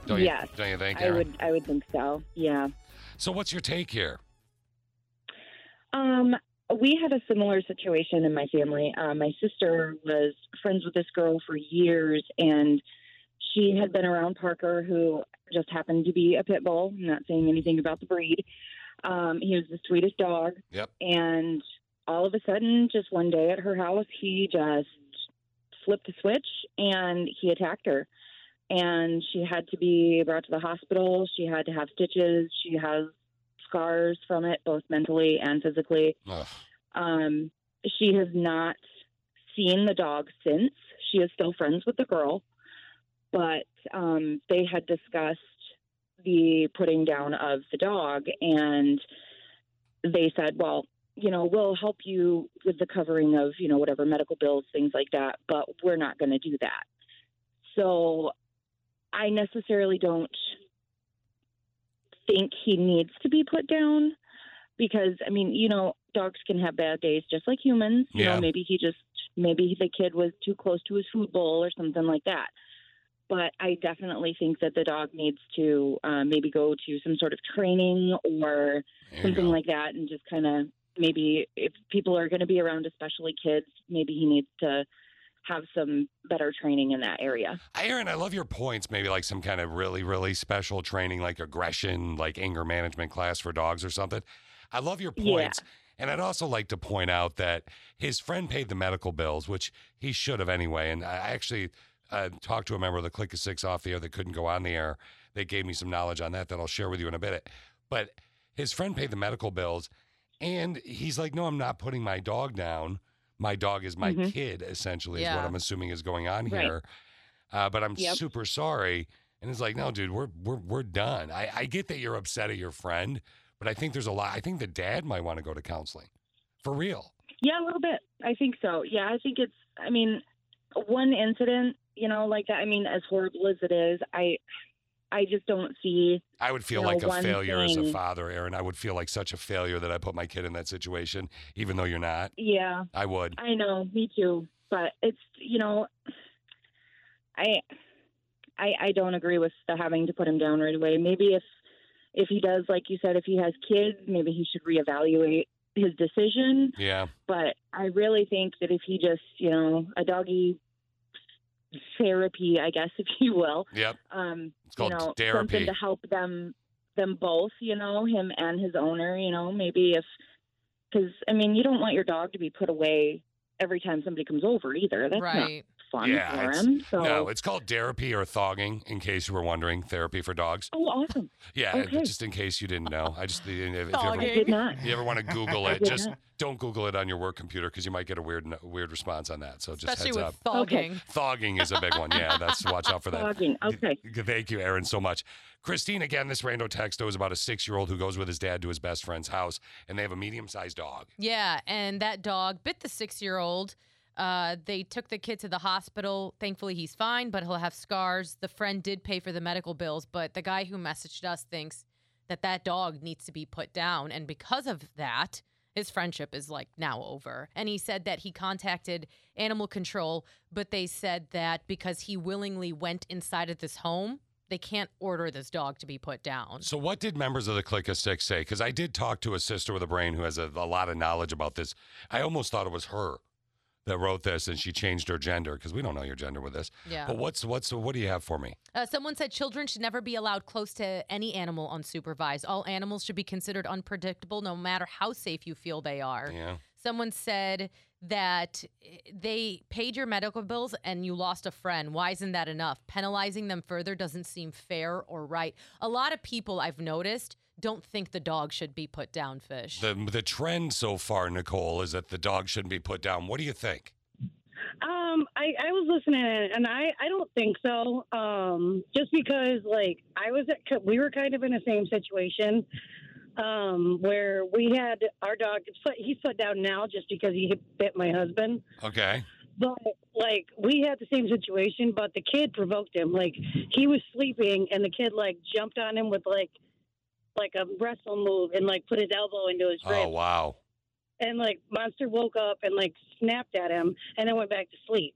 [SPEAKER 2] Don't
[SPEAKER 17] Yes,
[SPEAKER 2] you, don't you think,
[SPEAKER 17] I
[SPEAKER 2] Aaron?
[SPEAKER 17] would I would think so. Yeah.
[SPEAKER 2] So, what's your take here?
[SPEAKER 17] Um, we had a similar situation in my family. Uh, my sister was friends with this girl for years, and she had been around Parker, who just happened to be a pit bull. I'm not saying anything about the breed. Um, he was the sweetest dog.
[SPEAKER 2] Yep.
[SPEAKER 17] And all of a sudden, just one day at her house, he just flipped a switch and he attacked her. And she had to be brought to the hospital. She had to have stitches. She has scars from it, both mentally and physically. Um, she has not seen the dog since. She is still friends with the girl, but um, they had discussed the putting down of the dog, and they said, "Well, you know, we'll help you with the covering of you know whatever medical bills, things like that, but we're not going to do that." So, I necessarily don't think he needs to be put down because I mean, you know, dogs can have bad days just like humans. You
[SPEAKER 16] Yeah.
[SPEAKER 17] know, maybe he just maybe the kid was too close to his food bowl or something like that. But I definitely think that the dog needs to uh, maybe go to some sort of training or something like that, and just kind of maybe if people are going to be around, especially kids, maybe he needs to have some better training in that area.
[SPEAKER 2] Aaron, I love your points. Maybe like some kind of really, really special training, like aggression, like anger management class for dogs or something. I love your
[SPEAKER 18] Yeah.
[SPEAKER 2] points. And I'd also like to point out that his friend paid the medical bills, which he should have anyway. And I actually uh, talked to a member of the Click of Six off the air that couldn't go on the air. They gave me some knowledge on that that I'll share with you in a bit. But his friend paid the medical bills. And he's like, no, I'm not putting my dog down. My dog is my
[SPEAKER 18] Mhm.
[SPEAKER 2] kid, essentially, is
[SPEAKER 18] Yeah.
[SPEAKER 2] what I'm assuming is going on
[SPEAKER 18] Right.
[SPEAKER 2] here uh, but I'm
[SPEAKER 18] Yep.
[SPEAKER 2] super sorry. And it's like, no, dude, we're we're we're done. I, I get that you're upset at your friend, but I think there's a lot. I think the dad might want to go to counseling, for real.
[SPEAKER 17] Yeah, a little bit. I think so. Yeah, I think it's. I mean, one incident, you know, like that. I mean, as horrible as it is, I, I just don't see.
[SPEAKER 2] I would feel
[SPEAKER 17] you know,
[SPEAKER 2] like a
[SPEAKER 17] one
[SPEAKER 2] failure as a
[SPEAKER 17] thing-
[SPEAKER 2] father, Aaron. I would feel like such a failure that I put my kid in that situation, even though you're not.
[SPEAKER 17] Yeah,
[SPEAKER 2] I would.
[SPEAKER 17] I know. Me too. But it's you know, I, I, I don't agree with the having to put him down right away. Maybe if, if he does, like you said, if he has kids, maybe he should reevaluate his decision.
[SPEAKER 2] Yeah.
[SPEAKER 17] But I really think that if he just, you know, a doggy therapy, I guess, if you will.
[SPEAKER 2] Yep.
[SPEAKER 17] Um,
[SPEAKER 2] It's called
[SPEAKER 17] you know,
[SPEAKER 2] therapy.
[SPEAKER 17] Something to help them, them both. You know, him and his owner. You know, maybe if because I mean, you don't want your dog to be put away every time somebody comes over either. That's
[SPEAKER 7] Right.
[SPEAKER 17] not fun for
[SPEAKER 2] it's-
[SPEAKER 17] him. So.
[SPEAKER 2] No, it's called therapy or thogging, in case you were wondering. Therapy for dogs.
[SPEAKER 17] Oh, awesome.
[SPEAKER 2] Yeah,
[SPEAKER 17] Okay.
[SPEAKER 2] just in case you didn't know. I just if, if you ever,
[SPEAKER 17] Dogging. I did not.
[SPEAKER 2] you ever want to Google
[SPEAKER 17] I
[SPEAKER 2] it,
[SPEAKER 17] did
[SPEAKER 2] just
[SPEAKER 17] not.
[SPEAKER 2] don't Google it on your work computer because you might get a weird weird response on that. So just
[SPEAKER 7] Especially with
[SPEAKER 2] heads up.
[SPEAKER 7] Okay. thogging.
[SPEAKER 2] Thogging is a big one. Yeah, that's watch out for that.
[SPEAKER 7] Thogging,
[SPEAKER 2] Okay. Thank you, Aaron, so much. Christine, again, this rando texto is about a six year old who goes with his dad to his best friend's house, and they have a medium sized dog.
[SPEAKER 7] Yeah, and that dog bit the six year old. Uh, they took the kid to the hospital. Thankfully, he's fine, but he'll have scars. The friend did pay for the medical bills, but the guy who messaged us thinks that that dog needs to be put down. And because of that, his friendship is like now over. And he said that he contacted animal control, but they said that because he willingly went inside of this home, they can't order this dog to be put down.
[SPEAKER 2] So, what did members of the Click of Six say? Because I did talk to a sister with a brain who has a, a lot of knowledge about this. I almost thought it was her that wrote this, and she changed her gender because we don't know your gender with this.
[SPEAKER 7] Yeah.
[SPEAKER 2] But what's what's what do you have for me?
[SPEAKER 7] Uh, someone said children should never be allowed close to any animal unsupervised. All animals should be considered unpredictable, no matter how safe you feel they are.
[SPEAKER 2] Yeah.
[SPEAKER 7] Someone said that eh, they paid your medical bills and you lost a friend. Why isn't that enough? Penalizing them further doesn't seem fair or right. A lot of people I've noticed don't think the dog should be put down, Fish.
[SPEAKER 2] The the trend so far, Nicole, is that the dog shouldn't be put down. What do you think?
[SPEAKER 19] Um, I, I was listening in, and I, I don't think so. Um, just because like I was at, we were kind of in the same situation, um, where we had our dog. He's put down now just because he bit my husband.
[SPEAKER 2] Okay.
[SPEAKER 19] But like we had the same situation, but the kid provoked him. Like he was sleeping, and the kid like jumped on him with like like a wrestle move, and like put his elbow into his rib.
[SPEAKER 2] Oh wow.
[SPEAKER 19] And like monster woke up and like snapped at him, and then went back to sleep.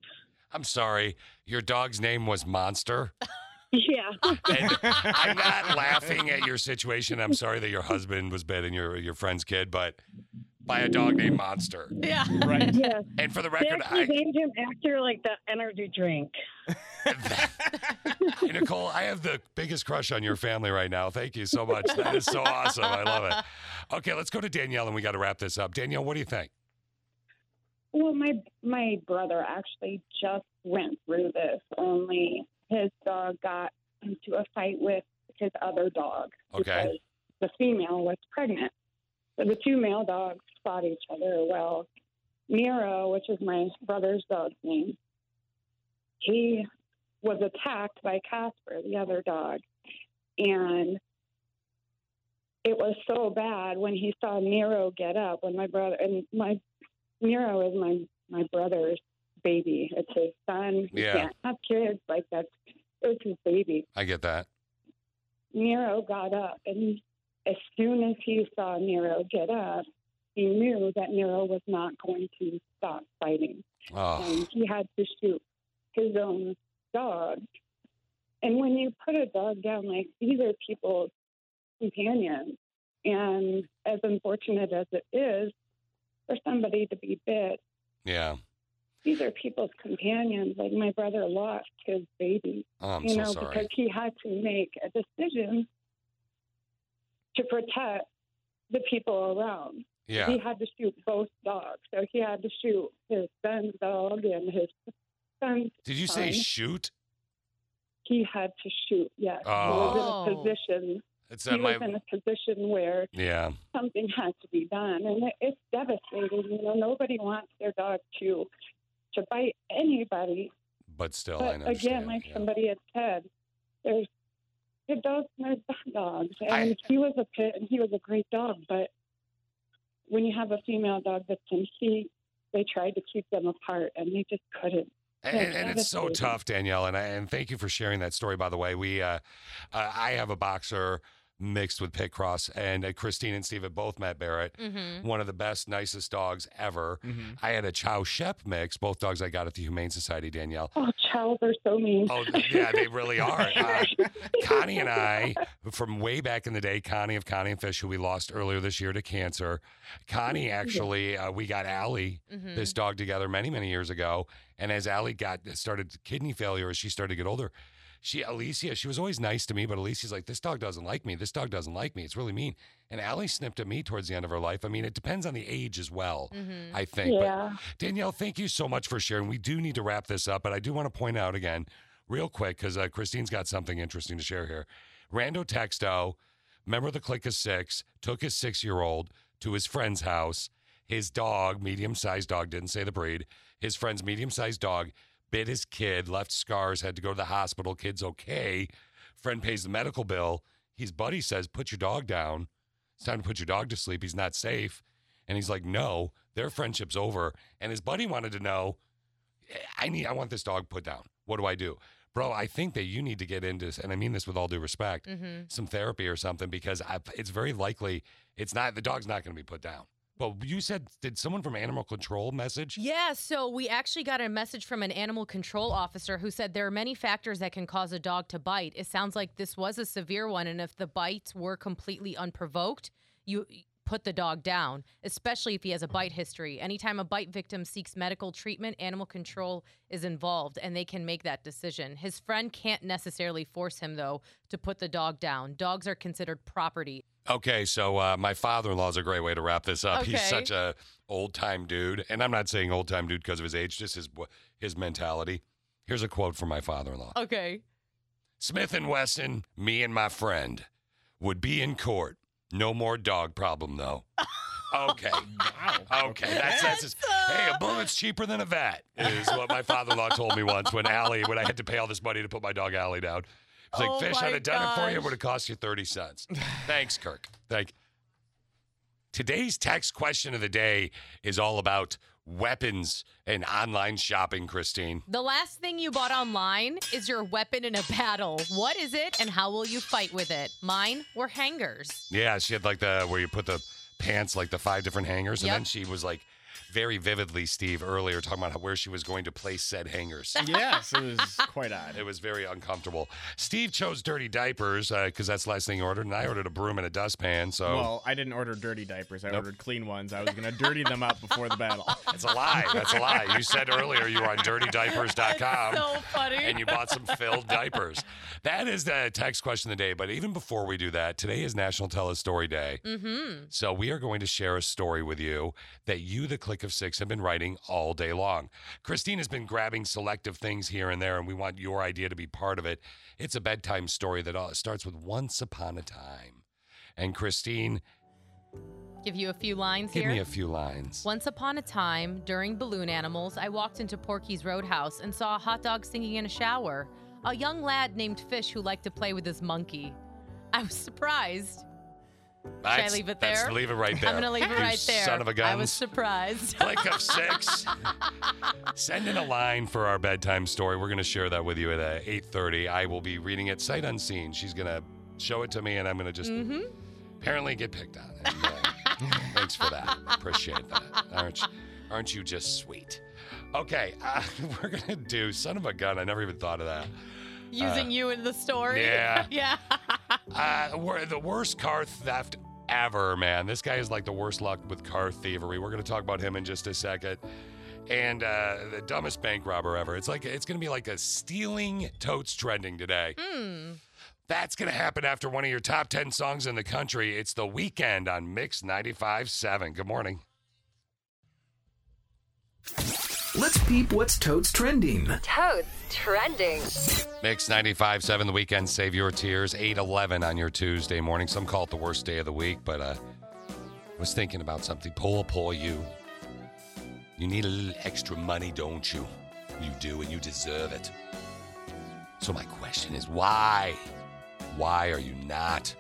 [SPEAKER 2] I'm sorry. Your dog's name was Monster.
[SPEAKER 19] Yeah.
[SPEAKER 2] And I'm not laughing at your situation. I'm sorry that your husband was bad and your your friend's kid, but by a dog named Monster.
[SPEAKER 7] Yeah.
[SPEAKER 2] Right.
[SPEAKER 19] Yeah.
[SPEAKER 2] And for the
[SPEAKER 19] They
[SPEAKER 2] record,
[SPEAKER 19] actually
[SPEAKER 2] I,
[SPEAKER 19] named him after like the energy drink.
[SPEAKER 2] Nicole, I have the biggest crush on your family right now. Thank you so much. That is so awesome. I love it. Okay, let's go to Danielle and we got to wrap this up. Danielle, what do you think?
[SPEAKER 20] Well, my my brother actually just
[SPEAKER 16] went through this. Only his dog got into a fight with his other dog.
[SPEAKER 2] Okay.
[SPEAKER 16] The female was pregnant. So the two male dogs fought each other. Well, Nero, which is my brother's dog's name, he was attacked by Casper, the other dog. And it was so bad when he saw Nero get up when my brother and my Nero is my my brother's baby. It's his son. He
[SPEAKER 2] Yeah.
[SPEAKER 16] can't have kids like that's it's his baby.
[SPEAKER 2] I get that.
[SPEAKER 16] Nero got up, and as soon as he saw Nero get up, he knew that Nero was not going to stop fighting.
[SPEAKER 2] Oh,
[SPEAKER 16] And he had to shoot his own dog. And when you put a dog down, like these are people's companions. And as unfortunate as it is for somebody to be bit,
[SPEAKER 2] yeah.
[SPEAKER 16] these are people's companions. Like my brother lost his baby,
[SPEAKER 2] Oh, I'm so
[SPEAKER 16] you know,
[SPEAKER 2] sorry.
[SPEAKER 16] because he had to make a decision to protect the people around.
[SPEAKER 2] Yeah.
[SPEAKER 16] He had to shoot both dogs, so he had to shoot his son's dog and his son's.
[SPEAKER 2] Did you say
[SPEAKER 16] son.
[SPEAKER 2] shoot?
[SPEAKER 16] he had to shoot? Yes, he
[SPEAKER 2] Oh.
[SPEAKER 16] was in a position.
[SPEAKER 2] It's
[SPEAKER 16] he
[SPEAKER 2] at
[SPEAKER 16] was
[SPEAKER 2] my-
[SPEAKER 16] in a position where
[SPEAKER 2] Yeah.
[SPEAKER 16] something had to be done, and it, it's devastating. You know, nobody wants their dog to to bite anybody.
[SPEAKER 2] But still, Oh, I
[SPEAKER 16] But
[SPEAKER 2] know.
[SPEAKER 16] again, like somebody had said, there's good dogs and there's bad dogs, and he was a pit and he was a great dog. But when you have a female dog that's in heat, they tried to keep them apart, and they just couldn't.
[SPEAKER 2] And, and it's so
[SPEAKER 16] Devastating.
[SPEAKER 2] tough, Danielle. And I, and thank you for sharing that story. By the way, we uh, uh, I have a boxer mixed with pit cross, and uh, Christine and Steve have both met Barrett,
[SPEAKER 1] Mhm.
[SPEAKER 2] one of the best, nicest dogs ever. I had a Chow Shep mix, both dogs I got at the Humane Society. Danielle.
[SPEAKER 16] Oh, chows are so mean.
[SPEAKER 2] Oh, yeah, they really are. Uh, Connie and I, from way back in the day, Connie of Connie and Fish, who we lost earlier this year to cancer. Connie actually, uh, we got Allie,
[SPEAKER 7] Mm-hmm.
[SPEAKER 1] Mhm.
[SPEAKER 2] this dog, together many, many years ago. And as Allie got started kidney failure as she started to get older, she Alicia, she was always nice to me, but Alicia's like, this dog doesn't like me. This dog doesn't like me. It's really mean. And Allie snipped at me towards the end of her life. I mean, it depends on the age as well.
[SPEAKER 7] Mm-hmm.
[SPEAKER 1] Mhm.
[SPEAKER 2] I think.
[SPEAKER 1] Yeah.
[SPEAKER 2] But Danielle, thank you so much for sharing. We do need to wrap this up, but I do want to point out again, real quick, because uh, Christine's got something interesting to share here. Rando Texto, member of the Click of Six, took his six year old to his friend's house. His dog, medium sized dog, didn't say the breed. His friend's medium sized dog bit his kid, left scars, had to go to the hospital. Kid's okay. Friend pays the medical bill. His buddy says, Put your dog down. It's time to put your dog to sleep. He's not safe. And he's like, no, their friendship's over. And his buddy wanted to know, I need, I want this dog put down. What do I do? Bro, I think that you need to get into, and I mean this with all due respect,
[SPEAKER 7] Mm-hmm.
[SPEAKER 1] Mhm.
[SPEAKER 2] some therapy or something because I, it's very likely it's not, the dog's not going to be put down. But you said, did someone from animal control message?
[SPEAKER 7] Yeah, so we actually got a message from an animal control officer who said there are many factors that can cause a dog to bite. It sounds like this was a severe one, and if the bites were completely unprovoked, you put the dog down, especially if he has a bite history. Anytime a bite victim seeks medical treatment, animal control is involved and they can make that decision. His friend can't necessarily force him, though, to put the dog down. Dogs are considered property.
[SPEAKER 2] Okay, so uh, my father-in-law is a great way to wrap this up. He's
[SPEAKER 7] Okay.
[SPEAKER 2] such a old-time dude, and I'm not saying old-time dude because of his age, just his his mentality. Here's a quote from my father-in-law.
[SPEAKER 7] Okay.
[SPEAKER 2] Smith and Wesson, me and my friend would be in court. No more dog problem though. Okay. Okay. That's that's just, hey, a bullet's cheaper than a vat is what my father-in-law told me once when Allie when I had to pay all this money to put my dog Allie down. It's like
[SPEAKER 1] Oh
[SPEAKER 2] fish, I'd
[SPEAKER 1] my
[SPEAKER 2] have done it for you. It
[SPEAKER 1] gosh.
[SPEAKER 2] would have cost you thirty cents. Thanks, Kirk. Thank. Today's text question of the day is all about weapons and online shopping, Christine.
[SPEAKER 7] The last thing you bought online is your weapon in a battle. What is it and how will you fight with it? Mine were hangers.
[SPEAKER 2] Yeah, she had like the where you put the pants like the five different hangers, and
[SPEAKER 7] Yep.
[SPEAKER 2] then she was like very vividly, Steve, earlier talking about how, where she was going to place said hangers.
[SPEAKER 8] Yes, it was quite odd.
[SPEAKER 2] It was very uncomfortable. Steve chose dirty diapers because that's the last thing he ordered, and I ordered a broom and a dustpan. So
[SPEAKER 8] Well, I didn't order dirty diapers. I
[SPEAKER 2] Oh. Nope.
[SPEAKER 8] ordered clean ones. I was gonna dirty them up before the battle.
[SPEAKER 2] It's a lie. That's a lie. You said earlier you were on dirtydiapers.com.
[SPEAKER 1] so funny.
[SPEAKER 2] Um, And you bought some filled diapers. That is the text question of the day. But even before we do that, today is National Tell a Story Day.
[SPEAKER 1] Mm-hmm.
[SPEAKER 2] So we are going to share a story with you that you, the Click of Six have been writing all day long. Christine has been grabbing selective things here and there, and we want your idea to be part of it. It's a bedtime story that all, starts with Once Upon a Time. And Christine,
[SPEAKER 7] Give you a few lines
[SPEAKER 2] give
[SPEAKER 7] here.
[SPEAKER 2] me a few lines.
[SPEAKER 7] Once upon a time, during Balloon Animals, I walked into Porky's Roadhouse and saw a hot dog singing in a shower. A young lad named Fish who liked to play with his monkey. I was surprised.
[SPEAKER 2] That's-
[SPEAKER 7] Should I leave it there?
[SPEAKER 2] that's- leave it right there.
[SPEAKER 7] I'm gonna leave it
[SPEAKER 2] You
[SPEAKER 7] right there.
[SPEAKER 2] son of a
[SPEAKER 7] I was
[SPEAKER 2] guns.
[SPEAKER 7] surprised.
[SPEAKER 2] Click of six. Send in a line for our bedtime story. We're going to share that with you at uh, 8.30. I will be reading it sight unseen. She's going to show it to me, and I'm going to just
[SPEAKER 7] hmm
[SPEAKER 2] apparently get picked on. And, uh, thanks for that. Appreciate that. Aren't, aren't you just sweet? Okay, uh, we're going to do son of a gun. I never even thought of that.
[SPEAKER 7] Using you in the story.
[SPEAKER 2] Uh, yeah.
[SPEAKER 7] yeah.
[SPEAKER 2] Uh, we're the worst car theft ever, man. This guy is like the worst luck with car thievery. We're going to talk about him in just a second. And uh, the dumbest bank robber ever. It's like it's going to be like a stealing totes trending today.
[SPEAKER 7] Hmm.
[SPEAKER 2] That's going to happen after one of your top 10 songs in the country. It's The Weekend on Mix 95.7. Good morning.
[SPEAKER 11] Let's peep what's totes trending.
[SPEAKER 12] Toads trending.
[SPEAKER 2] Mix 95.7, The Weekend, Save Your Tears, 8.11 on your Tuesday morning. Some call it the worst day of the week, but uh, I was thinking about something. Pull, pull you. You need a little extra money, don't you? You do, and you deserve it. So my question is, why? Why are you not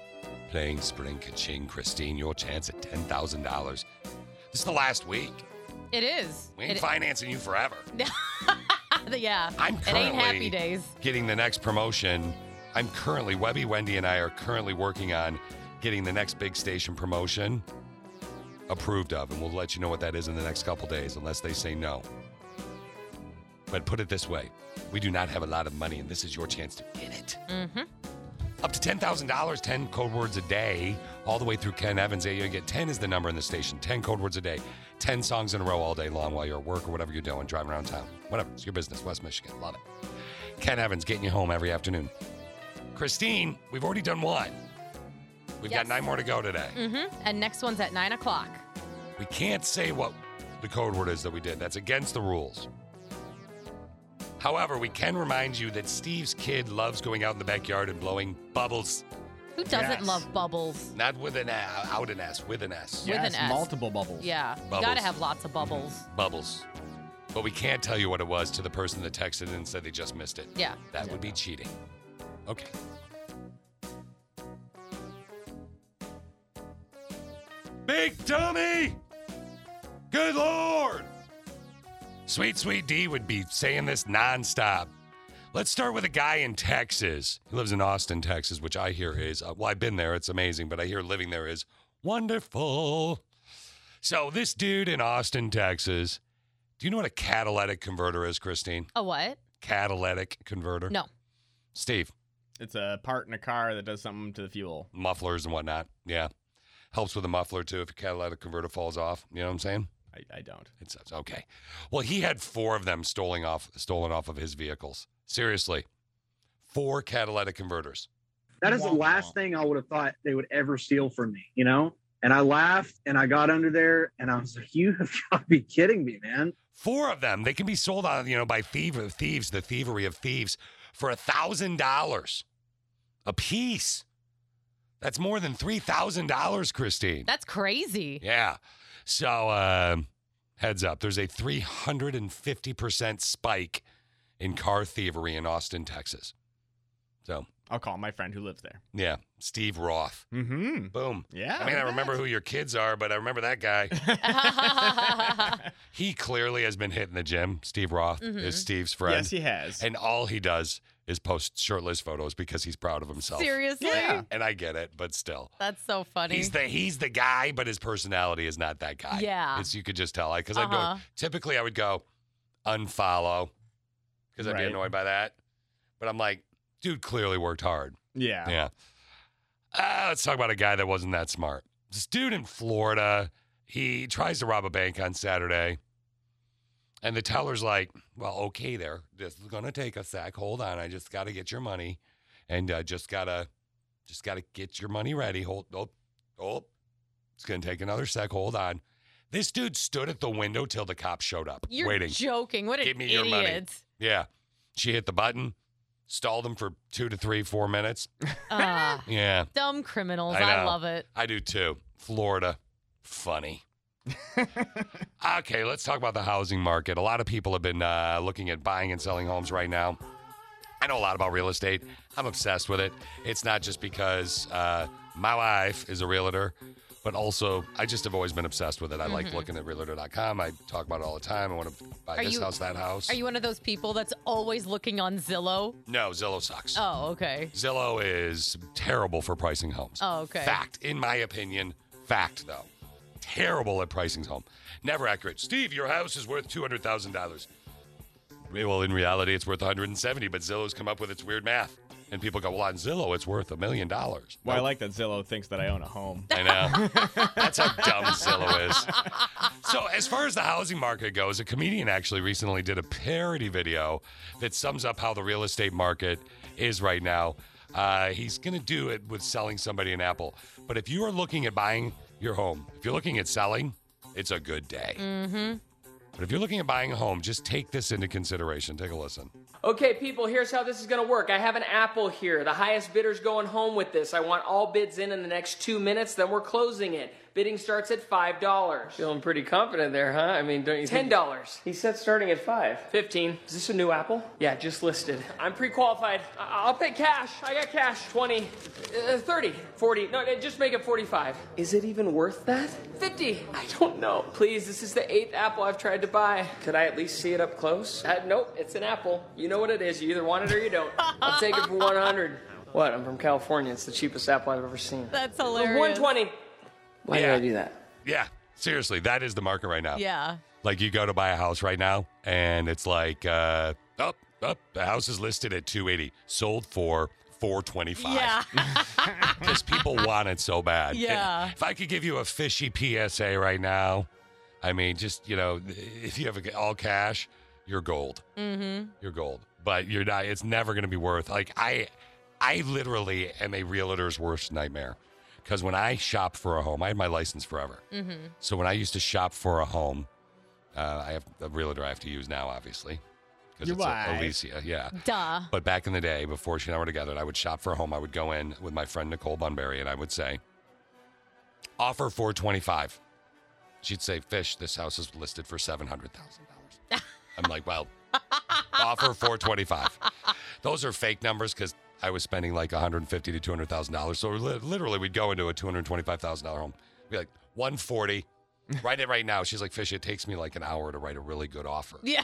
[SPEAKER 2] playing Spring Kaching, Christine? Your chance at ten thousand dollars. This is the last week.
[SPEAKER 7] It is.
[SPEAKER 2] We ain't
[SPEAKER 7] It-
[SPEAKER 2] financing you forever.
[SPEAKER 7] yeah.
[SPEAKER 2] I'm
[SPEAKER 7] it ain't happy
[SPEAKER 2] currently-
[SPEAKER 7] days.
[SPEAKER 2] Getting the next promotion. I'm currently Webby, Wendy, and I are currently working on getting the next big station promotion approved of, and we'll let you know what that is in the next couple days, unless they say no. But put it this way: we do not have a lot of money, and this is your chance to get it.
[SPEAKER 7] Mm-hmm.
[SPEAKER 2] up to $10,000, 10 code words a day, all the way through Ken Evans. You get 10 is the number in the station, 10 code words a day, 10 songs in a row all day long while you're at work or whatever you're doing, driving around town. Whatever. It's your business. West Michigan. Love it. Ken Evans getting you home every afternoon. Christine, we've already done one. We've got
[SPEAKER 7] Yes.
[SPEAKER 2] nine more to go today.
[SPEAKER 7] Mm-hmm. And next one's at nine o'clock.
[SPEAKER 2] We can't say what the code word is that we did. That's against the rules. However, we can remind you that Steve's kid loves going out in the backyard and blowing bubbles.
[SPEAKER 7] Who doesn't
[SPEAKER 2] Yes.
[SPEAKER 7] love bubbles?
[SPEAKER 2] Not with an a- out an S, with an S.
[SPEAKER 7] With an S.
[SPEAKER 8] multiple bubbles.
[SPEAKER 7] Yeah.
[SPEAKER 2] Bubbles.
[SPEAKER 7] Gotta have lots of bubbles.
[SPEAKER 2] Bubbles. But we can't tell you what it was to the person that texted and said they just missed it.
[SPEAKER 7] Yeah.
[SPEAKER 2] That would be cheating. Okay. Big dummy! Good lord! Sweet, sweet D would be saying this nonstop. Let's start with a guy in Texas. He lives in Austin, Texas, which I hear is, uh, well, I've been there. It's amazing, but I hear living there is wonderful. So, this dude in Austin, Texas, do you know what a catalytic converter is, Christine?
[SPEAKER 7] A what?
[SPEAKER 2] Catalytic converter?
[SPEAKER 7] No.
[SPEAKER 2] Steve,
[SPEAKER 8] It's a part in a car that does something to the fuel.
[SPEAKER 2] mufflers and whatnot. Yeah. Helps with a muffler too if a catalytic converter falls off. You know what I'm saying?
[SPEAKER 8] I, I don't.
[SPEAKER 2] It's it's okay. Well, he had four of them stolen off stolen off of his vehicles. Seriously. Four catalytic converters.
[SPEAKER 18] That is the last thing I would have thought they would ever steal from me, you know? And I laughed and I got under there and I was like, you have got to be kidding me, man.
[SPEAKER 2] Four of them. They can be sold on, you know, by thiev- thieves, the thievery of thieves, for a thousand dollars a piece. That's more than three thousand dollars, Christine.
[SPEAKER 7] That's crazy.
[SPEAKER 2] Yeah. So um heads up, there's a 350% spike in car thievery in Austin, Texas. So
[SPEAKER 8] I'll call my friend who lives there.
[SPEAKER 2] yeah, Steve Roth.
[SPEAKER 8] Mm-hmm.
[SPEAKER 2] Boom.
[SPEAKER 8] Yeah,
[SPEAKER 7] Oh,
[SPEAKER 2] I mean, I
[SPEAKER 8] look at
[SPEAKER 2] remember who your kids are, but I remember that guy. he clearly has been hitting the gym. Steve Roth
[SPEAKER 8] Mhm.
[SPEAKER 7] Mm-hmm.
[SPEAKER 2] is Steve's friend.
[SPEAKER 8] Yes, he has.
[SPEAKER 2] And all he does is post shirtless photos because he's proud of himself.
[SPEAKER 7] Seriously?
[SPEAKER 2] Yeah. And I get it, but still.
[SPEAKER 7] That's so funny.
[SPEAKER 2] He's the he's the guy, but his personality is not that guy.
[SPEAKER 7] Yeah.
[SPEAKER 2] it's you could just tell. Because I
[SPEAKER 7] Uh-huh.
[SPEAKER 2] go typically I would go unfollow because I'd be
[SPEAKER 8] Right.
[SPEAKER 2] annoyed by that. But I'm like, dude, clearly worked hard.
[SPEAKER 8] Yeah.
[SPEAKER 2] Yeah. Uh, let's talk about a guy that wasn't that smart. This dude in Florida, he tries to rob a bank on Saturday. And the teller's like, well, okay, there. This is going to take a sec. Hold on. I just got to get your money. And uh, just got to, just got to get your money ready. Hold, oh, oh, it's going to take another sec. Hold on. This dude stood at the window till the cops showed up,
[SPEAKER 7] You're
[SPEAKER 2] waiting.
[SPEAKER 7] joking. What an
[SPEAKER 2] Give me
[SPEAKER 7] idiot.
[SPEAKER 2] your money. Yeah. She hit the button, stalled him for two to three, four minutes.
[SPEAKER 7] Ah,
[SPEAKER 2] Yeah.
[SPEAKER 7] dumb criminals.
[SPEAKER 2] I
[SPEAKER 7] I,
[SPEAKER 2] know.
[SPEAKER 7] love it.
[SPEAKER 2] I do too. Florida, funny. okay, let's talk about the housing market. A lot of people have been uh, looking at buying and selling homes right now. I know a lot about real estate. I'm obsessed with it. It's not just because uh, my wife is a realtor, but also I just have always been obsessed with it. I like
[SPEAKER 7] Mhm.
[SPEAKER 2] looking at realtor.com. I talk about it all the time. I want to buy
[SPEAKER 7] Are
[SPEAKER 2] this
[SPEAKER 7] you-
[SPEAKER 2] house, that house.
[SPEAKER 7] Are you one of those people that's always looking on Zillow?
[SPEAKER 2] no, Zillow sucks.
[SPEAKER 7] Oh, okay.
[SPEAKER 2] Zillow is terrible for pricing homes.
[SPEAKER 7] Oh, okay.
[SPEAKER 2] Fact, in my opinion, fact though. Terrible at pricing home. Never accurate. Steve, your house is worth two hundred thousand dollars. Well, in reality, it's worth one hundred and seventy. But Zillow's come up with its weird math, and people go, "Well, on Zillow, it's worth a million dollars."
[SPEAKER 8] Well, I like that Zillow thinks that I own a home.
[SPEAKER 2] I know. That's how dumb Zillow is. So, as far as the housing market goes, a comedian actually recently did a parody video that sums up how the real estate market is right now. Uh, he's going to do it with selling somebody an apple. But if you are looking at buying your home, if you're looking at selling, it's a good day.
[SPEAKER 20] Mm-hmm.
[SPEAKER 2] But if you're looking at buying a home, just take this into consideration. Take a listen.
[SPEAKER 20] Okay, people, here's how this is going to work. I have an apple here. The highest bidder's going home with this. I want all bids in in the next two minutes, then we're closing it. Bidding starts at $5. Feeling pretty confident there, huh? I mean, don't you
[SPEAKER 21] think-
[SPEAKER 20] $10. He said starting at 5 15 Is this a new apple? Yeah, just listed. I'm pre qualified. I'll pay cash. I got cash. 20 uh, 30 40 No, no, just make it 45 Is it even worth that? 50 I don't know. Please, this is the eighth apple I've tried to buy. Could I at least see it up close? Uh, nope, it's an apple. You know what it is. You either want it or you don't. I'll take it for 100. What? I'm from California. It's the cheapest apple I've ever seen.
[SPEAKER 7] That's
[SPEAKER 20] hilarious.
[SPEAKER 7] hilarious.
[SPEAKER 20] 120. Why
[SPEAKER 2] yeah.
[SPEAKER 20] did I do that?
[SPEAKER 2] Yeah, seriously, that is the market right now.
[SPEAKER 7] Yeah.
[SPEAKER 2] Like you go to buy a house right now, and it's like, uh, up, up. The house is listed at two eighty, sold for four twenty five.
[SPEAKER 7] Yeah.
[SPEAKER 2] because people want it so bad.
[SPEAKER 7] Yeah.
[SPEAKER 2] If I could give you a fishy PSA right now, I mean, just you know, if you have a, all cash, you're gold.
[SPEAKER 7] Mm-hmm.
[SPEAKER 2] You're gold. But you're not. It's never going to be worth. Like I, I literally am a realtor's worst nightmare. Because when I shop for a home, I had my license forever.
[SPEAKER 7] Mm-hmm.
[SPEAKER 2] So when I used to shop for a home, uh, I have a realtor I have to use now, obviously, because
[SPEAKER 7] Your
[SPEAKER 2] it's a,
[SPEAKER 7] wife.
[SPEAKER 2] Alicia. Yeah.
[SPEAKER 7] Duh.
[SPEAKER 2] But back in the day, before she and I were together, I would shop for a home. I would go in with my friend Nicole Bunbury, and I would say, "Offer four twenty-five. She'd say, "Fish, this house is listed for seven hundred thousand dollars." I'm like, "Well, offer four twenty-five. Those are fake numbers because I was spending like one hundred fifty to two hundred thousand dollars. So li- literally, we'd go into a two hundred twenty-five thousand dollar home, be like one forty. Write it right now. She's like, Fish, it takes me like an hour to write a really good offer.
[SPEAKER 7] Yeah.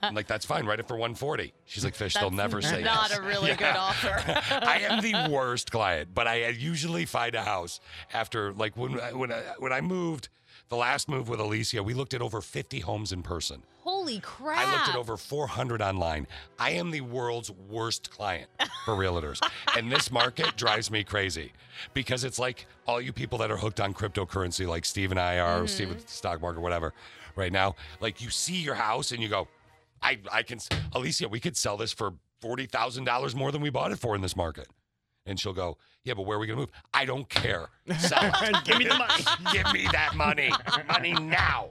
[SPEAKER 2] I'm like, that's fine. Write it for 140. She's like, Fish, they'll
[SPEAKER 7] That's
[SPEAKER 2] never say
[SPEAKER 7] not
[SPEAKER 2] yes.
[SPEAKER 7] a really good offer.
[SPEAKER 2] I am the worst client, but I usually find a house after like when I- when I, when I moved the last move with Alicia, we looked at over 50 homes in person.
[SPEAKER 7] Holy crap.
[SPEAKER 2] I looked at over 400 online. I am the world's worst client for realtors. and this market drives me crazy because it's like all you people that are hooked on cryptocurrency, like Steve and I are,
[SPEAKER 22] Mhm.
[SPEAKER 2] Steve with the stock market, whatever, right now. Like you see your house and you go, I, I can, s- Alicia, we could sell this for $40,000 more than we bought it for in this market. And she'll go, Yeah, but where are we going to move? I don't care. Sell it.
[SPEAKER 8] Give me the money.
[SPEAKER 2] Give me that money. Money now.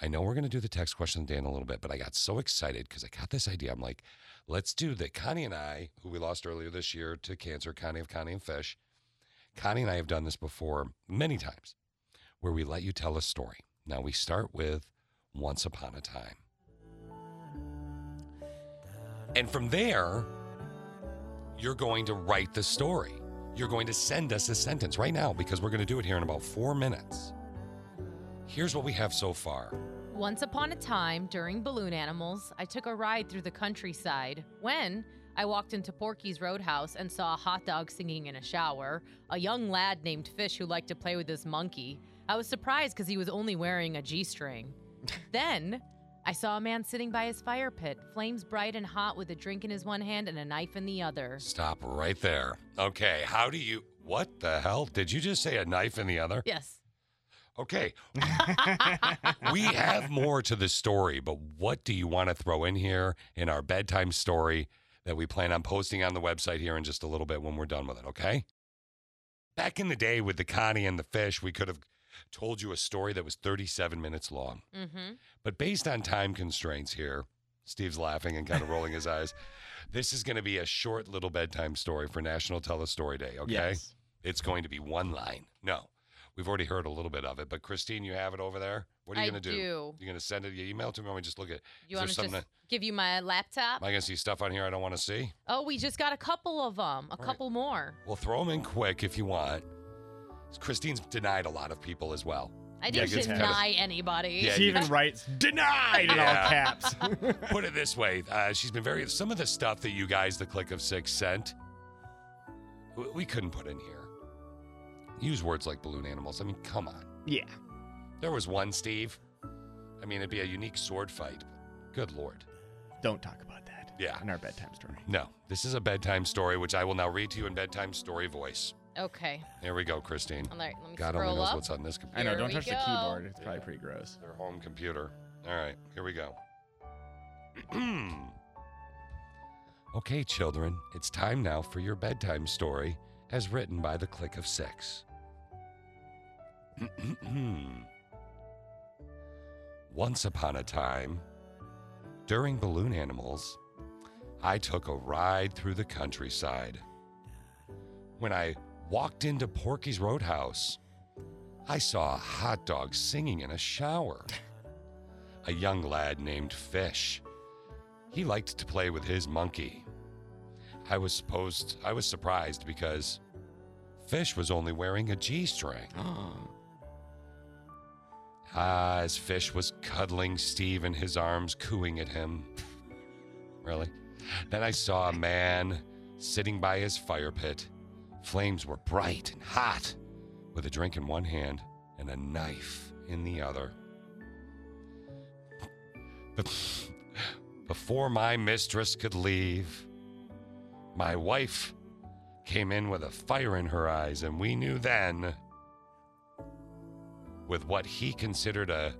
[SPEAKER 2] I know we're going to do the text question Dan in a little bit, but I got so excited because I got this idea. I'm like, let's do that. Connie and I, who we lost earlier this year to cancer, Connie of Connie and Fish, Connie and I have done this before many times where we let you tell a story. Now we start with Once Upon a Time. And from there, you're going to write the story. You're going to send us a sentence right now because we're going to do it here in about four minutes. Here's what we have so far.
[SPEAKER 7] Once upon a time, during Balloon Animals, I took a ride through the countryside. When I walked into Porky's Roadhouse and saw a hot dog singing in a shower, a young lad named Fish who liked to play with his monkey. I was surprised because he was only wearing a G string. then I saw a man sitting by his fire pit, flames bright and hot, with a drink in his one hand and a knife in the other.
[SPEAKER 2] Stop right there. Okay, how do you. What the hell? Did you just say a knife in the other?
[SPEAKER 7] Yes.
[SPEAKER 2] Okay. we have more to the story, but what do you want to throw in here in our bedtime story that we plan on posting on the website here in just a little bit when we're done with it, okay? Back in the day with the Connie and the fish, we could have told you a story that was 37 minutes long.
[SPEAKER 7] Mm-hmm.
[SPEAKER 2] But based on time constraints here, Steve's laughing and kind of rolling his eyes. This is going to be a short little bedtime story for National Tell a Story Day, okay?
[SPEAKER 8] Yes.
[SPEAKER 2] It's going to be one line. No, we've already heard a little bit of it, but Christine, you have it over there. What are you
[SPEAKER 7] I
[SPEAKER 2] going to do?
[SPEAKER 7] do.
[SPEAKER 2] You're going to send it, you email it to me, or we just look at Is there
[SPEAKER 7] You
[SPEAKER 2] uh,
[SPEAKER 7] want to
[SPEAKER 2] something
[SPEAKER 7] just
[SPEAKER 2] that-
[SPEAKER 7] give you my laptop?
[SPEAKER 2] Am I going to see stuff on here I don't want to see?
[SPEAKER 7] oh, we just got a couple of them, a couple more.
[SPEAKER 2] Well, throw them in quick if you want. Christine's denied a lot of people as well.
[SPEAKER 7] I
[SPEAKER 2] Yeah,
[SPEAKER 7] didn't
[SPEAKER 2] it's kind of-
[SPEAKER 7] deny anybody.
[SPEAKER 2] Yeah,
[SPEAKER 8] she
[SPEAKER 2] you-
[SPEAKER 8] even writes denied in all
[SPEAKER 2] Yeah.
[SPEAKER 8] caps.
[SPEAKER 2] Put it this way, uh, she's been very. Some of the stuff that you guys, the Click of Six, sent, w- we couldn't put in here. Use words like balloon animals. I mean, come on.
[SPEAKER 8] Yeah.
[SPEAKER 2] There was one, Steve. I mean, it'd be a unique sword fight. Good lord.
[SPEAKER 8] Don't talk about that.
[SPEAKER 2] Yeah.
[SPEAKER 8] In our bedtime story.
[SPEAKER 2] No, this is a bedtime story, which I will now read to you in bedtime story voice.
[SPEAKER 7] Okay.
[SPEAKER 2] Here we go, Christine.
[SPEAKER 7] All right, let me
[SPEAKER 2] God only
[SPEAKER 7] scroll
[SPEAKER 2] knows
[SPEAKER 7] up.
[SPEAKER 2] what's on this
[SPEAKER 8] I
[SPEAKER 2] computer.
[SPEAKER 8] know.
[SPEAKER 7] Here
[SPEAKER 8] Don't
[SPEAKER 7] we
[SPEAKER 8] touch the
[SPEAKER 7] go.
[SPEAKER 8] keyboard. It's probably pretty gross.
[SPEAKER 2] Their home computer. All right, here we go. okay, children, it's time now for your bedtime story as written by the click of six. Once upon a time, during Balloon Animals, I took a ride through the countryside. When I walked into Porky's Roadhouse, I saw a hot dog singing in a shower. A young lad named Fish. He liked to play with his monkey. I was supposed I was surprised because Fish was only wearing a G-string. Ah, as Fish was cuddling Steve in his arms, cooing at him. Really? Then I saw a man sitting by his fire pit. Flames were bright and hot, with a drink in one hand and a knife in the other. Bef- Before my mistress could leave, my wife came in with a fire in her eyes, and we knew then, with what he considered a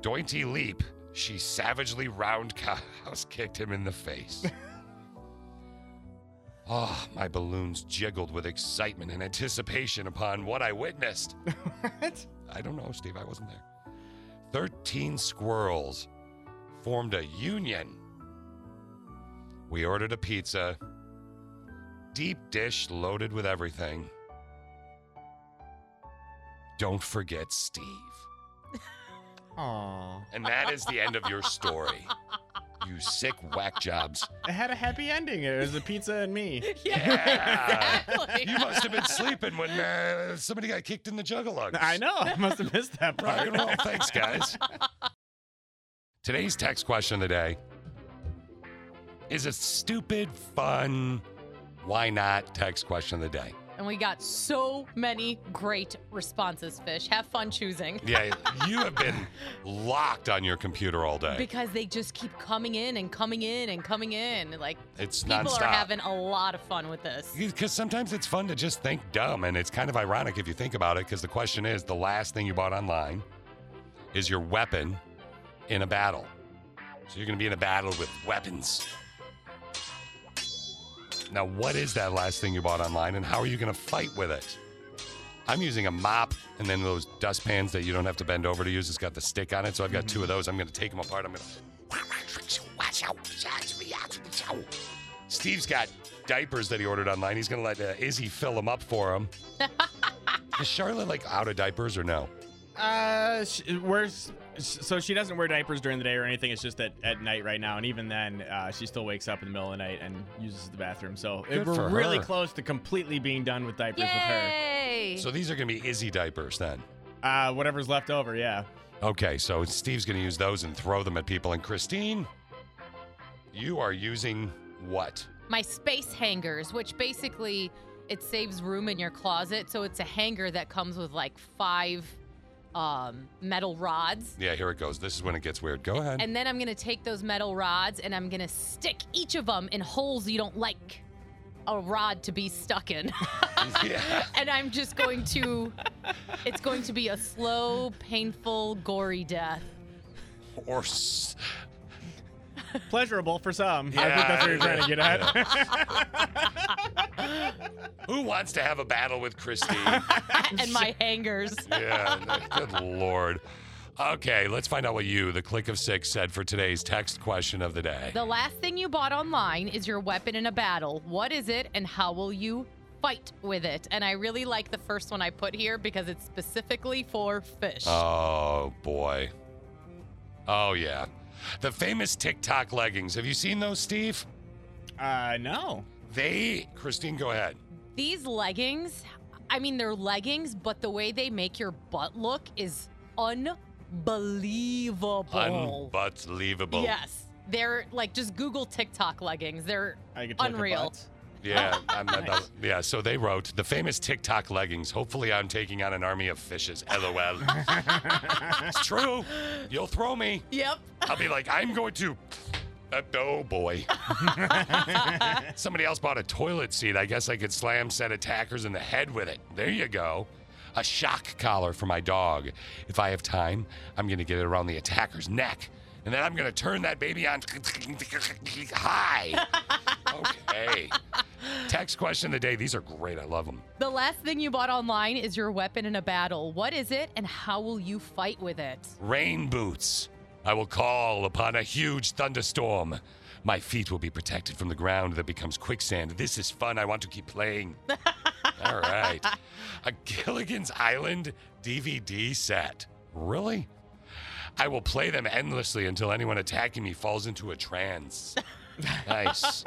[SPEAKER 2] dointy leap, she savagely roundhouse kicked him in the face. Ah, my balloons jiggled with excitement and anticipation upon what I witnessed. what? I don't know, Steve. I wasn't there. Thirteen squirrels formed a union. We ordered a pizza, deep dish loaded with everything. Don't forget Steve.
[SPEAKER 8] Aww.
[SPEAKER 2] And that is the end of your story. You sick whack jobs.
[SPEAKER 8] It had a happy ending. It was a pizza and me.
[SPEAKER 2] Yeah. You must have been sleeping when uh, somebody got kicked in the juggalo.
[SPEAKER 8] I know. I must have missed that
[SPEAKER 2] Rock
[SPEAKER 8] part.
[SPEAKER 2] and roll. Thanks, guys. Today's text question of the day is a stupid, fun, why not text question of the day.
[SPEAKER 7] And we got so many great responses, Fish. Have fun choosing.
[SPEAKER 2] Yeah, you have been locked on your computer all day.
[SPEAKER 7] Because they just keep coming in and coming in and coming in. Like,
[SPEAKER 2] It's
[SPEAKER 7] people
[SPEAKER 2] nonstop.
[SPEAKER 7] are having a lot of fun with this.
[SPEAKER 2] Because sometimes it's fun to just think dumb, and it's kind of ironic if you think about it. Because the question is the last thing you bought online is your weapon in a battle. So you're going to be in a battle with weapons. Now, what is that last thing you bought online, and how are you going to fight with it? I'm using a mop and then those dustpans that you don't have to bend over to use. It's got the stick on it. So I've got two of those. I'm going to take them apart. I'm going to. Steve's got diapers that he ordered online. He's going to let uh, Izzy fill them up for him. Is Charlotte like out of diapers or no?
[SPEAKER 8] Uh, sh we're s- so she doesn't wear diapers during the day or anything. It's just that at night right now, and even then, uh, she still wakes up in the middle of the night and uses the bathroom. So
[SPEAKER 2] Good
[SPEAKER 8] we're
[SPEAKER 2] for
[SPEAKER 8] really
[SPEAKER 2] her.
[SPEAKER 8] close to completely being done with diapers
[SPEAKER 7] Yay!
[SPEAKER 2] So these are going to be Izzy diapers then.
[SPEAKER 8] with her. Uh, whatever's left over, yeah.
[SPEAKER 2] Okay, so Steve's going to use those and throw them at people. And Christine, you are using what?
[SPEAKER 7] My space hangers, which basically it saves room in your closet. So it's a hanger that comes with like five um, metal rods.
[SPEAKER 2] Yeah, here it goes. This is when it gets weird. Go ahead.
[SPEAKER 7] And then I'm going to take those metal rods and I'm going to stick each of them in holes you don't like a rod to be stuck in. and I'm just going to, it's going to be a slow, painful, gory death.
[SPEAKER 2] or s-
[SPEAKER 8] Pleasurable for some. I think that's what you're trying to get at.
[SPEAKER 2] Who wants to have a battle with Christine?
[SPEAKER 7] and my hangers.
[SPEAKER 2] Yeah, no, good lord. Okay, let's find out what you, the click of six, said for today's text question of the day.
[SPEAKER 7] The last thing you bought online is your weapon in a battle. What is it, and how will you fight with it? And I really like the first one I put here because it's specifically for fish.
[SPEAKER 2] Oh boy. Oh yeah. The famous TikTok leggings. Have you seen those, Steve?
[SPEAKER 8] Uh no.
[SPEAKER 2] They Christine, go ahead.
[SPEAKER 7] These leggings, I mean, they're leggings, but the way they make your butt look is unbelievable. Oh.
[SPEAKER 2] Unbelievable.
[SPEAKER 7] Yes. They're like just Google TikTok leggings. They're
[SPEAKER 8] I could look at
[SPEAKER 7] unreal.
[SPEAKER 8] butts.
[SPEAKER 2] Yeah, I'm not- yeah. So they wrote the famous TikTok leggings. Hopefully, I'm taking on an army of fishes. LOL. it's true. You'll throw me.
[SPEAKER 7] Yep.
[SPEAKER 2] I'll be like, I'm going to. Uh, oh boy. Somebody else bought a toilet seat. I guess I could slam said attackers in the head with it. There you go. A shock collar for my dog. If I have time, I'm going to get it around the attacker's neck. And then I'm going to turn that baby on high. Okay. Text question of the day. These are great. I love them.
[SPEAKER 7] The last thing you bought online is your weapon in a battle. What is it, and how will you fight with it?
[SPEAKER 2] Rain boots. I will call upon a huge thunderstorm. My feet will be protected from the ground that becomes quicksand. This is fun. I want to keep playing. All right. A Gilligan's Island DVD set. Really? I will play them endlessly until anyone attacking me falls into a trance. nice.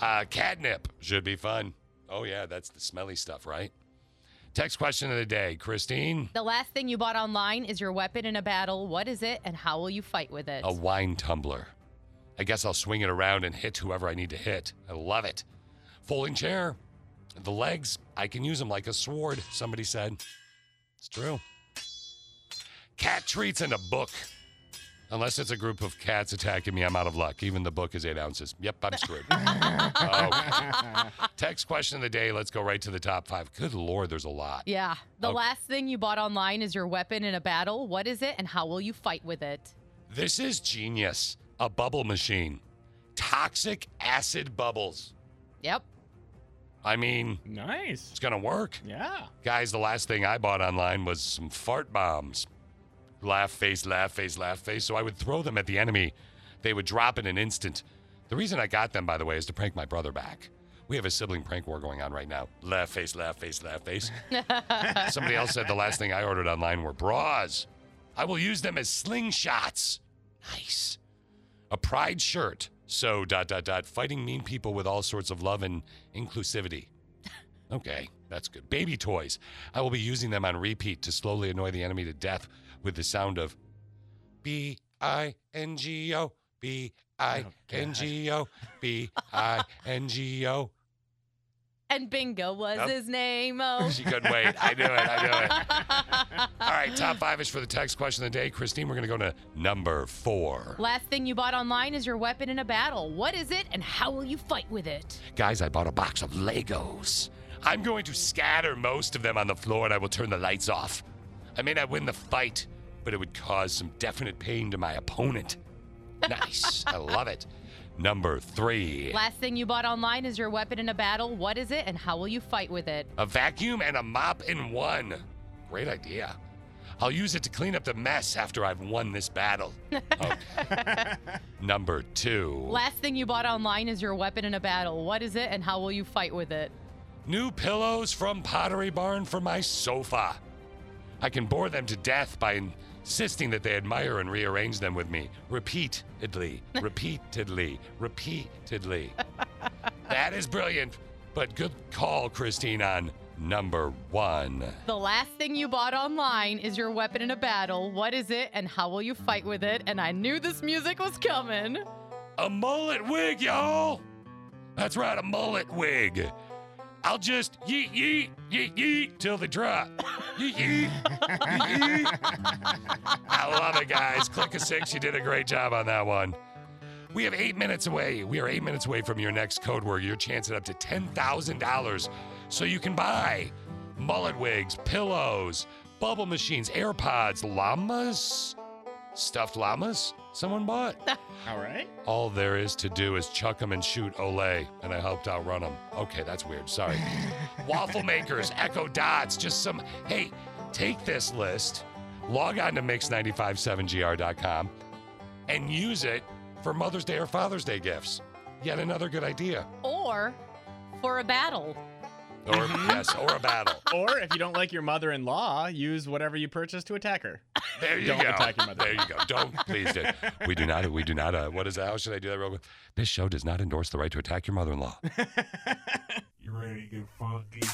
[SPEAKER 2] Uh, catnip should be fun. Oh, yeah, that's the smelly stuff, right? Text question of the day, Christine.
[SPEAKER 7] The last thing you bought online is your weapon in a battle. What is it, and how will you fight with it?
[SPEAKER 2] A wine tumbler. I guess I'll swing it around and hit whoever I need to hit. I love it. Folding chair. The legs, I can use them like a sword, somebody said. It's true. Cat treats and a book. Unless it's a group of cats attacking me, I'm out of luck. Even the book is eight ounces. Yep, I'm screwed. Okay. Text question of the day. Let's go right to the top five. Good lord, there's a lot.
[SPEAKER 7] Yeah. The
[SPEAKER 2] Okay.
[SPEAKER 7] last thing you bought online is your weapon in a battle. What is it, and how will you fight with it?
[SPEAKER 2] This is genius. A bubble machine. Toxic acid bubbles.
[SPEAKER 7] Yep.
[SPEAKER 2] I mean,
[SPEAKER 8] nice.
[SPEAKER 2] It's gonna work.
[SPEAKER 8] Yeah.
[SPEAKER 2] Guys, the last thing I bought online was some fart bombs. Laugh face, laugh face, laugh face. So I would throw them at the enemy. They would drop in an instant. The reason I got them, by the way, is to prank my brother back. We have a sibling prank war going on right now. Laugh face, laugh face, laugh face. Somebody else said the last thing I ordered online were bras. I will use them as slingshots. Nice. A pride shirt. So, dot, dot, dot, fighting mean people with all sorts of love and inclusivity. Okay, that's good. Baby toys. I will be using them on repeat to slowly annoy the enemy to death with the sound of B I N G O, B I N G O, B I N G O.
[SPEAKER 7] And Bingo was
[SPEAKER 2] Yep.
[SPEAKER 7] his name. Oh.
[SPEAKER 2] She couldn't wait. I knew it. I knew it. All right, top five is for the text question of the day. Christine, we're going to go to number four.
[SPEAKER 7] Last thing you bought online is your weapon in a battle. What is it, and how will you fight with it?
[SPEAKER 2] Guys, I bought a box of Legos. I'm going to scatter most of them on the floor and I will turn the lights off. I may not win the fight, but it would cause some definite pain to my opponent. Nice. I love it. Number three
[SPEAKER 7] Last thing you bought online is your weapon in a battle. What is it, and how will you fight with it?
[SPEAKER 2] a vacuum and a mop in one. Great idea. I'll use it to clean up the mess after I've won this battle. Okay. Number two.
[SPEAKER 7] Last thing you bought online is your weapon in a battle. What is it, and how will you fight with it?
[SPEAKER 2] New pillows from Pottery Barn for my sofa. I can bore them to death by insisting that they admire and rearrange them with me repeatedly, repeatedly, repeatedly. that is brilliant, but good call, Christine, on number one.
[SPEAKER 7] The last thing you bought online is your weapon in a battle. What is it, and how will you fight with it? And I knew this music was coming.
[SPEAKER 2] A mullet wig, y'all! That's right, a mullet wig. I'll just yeet, yeet, yeet, yeet till they drop. Yeet, yeet, yeet, yeet. I love it, guys. Click a six. You did a great job on that one. We have eight minutes away. We are eight minutes away from your next code word. Your chance at up to $10,000. So you can buy mullet wigs, pillows, bubble machines, AirPods, llamas, stuffed llamas someone bought.
[SPEAKER 8] All right.
[SPEAKER 2] All there is to do is chuck them and shoot Olay, and I helped outrun them. Okay, that's weird. Sorry. Waffle makers, Echo Dots, just some. Hey, take this list, log on to mix957gr.com, and use it for Mother's Day or Father's Day gifts. Yet another good idea.
[SPEAKER 7] Or for a battle.
[SPEAKER 2] Or, yes, or a battle.
[SPEAKER 8] Or if you don't like your mother-in-law, use whatever you purchased to attack her.
[SPEAKER 2] There you
[SPEAKER 8] Don't
[SPEAKER 2] go.
[SPEAKER 8] attack your mother.
[SPEAKER 2] There you go. Don't please do. We do not. We do not. Uh, what is that? How should I do that real quick? This show does not endorse the right to attack your mother-in-law.
[SPEAKER 1] You ready to get funky?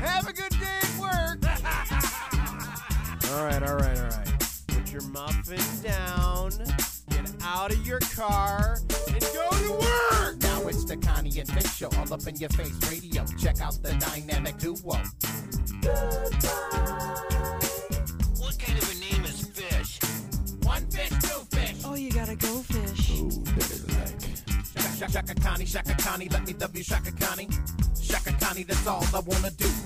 [SPEAKER 21] Have a good day at work. all right, all right, all right. Put your muffin down. Get out of your car and go to work.
[SPEAKER 3] Now it's the Connie and Big Show, all up in your face radio. Check out the dynamic duo.
[SPEAKER 4] What kind of a name is fish? One fish, two fish.
[SPEAKER 3] Oh, you gotta go fish. Ooh, dirty like. Shaka, shaka Connie, Shaka Connie, let me love you, Shaka Connie. Shaka Connie, that's all I wanna do.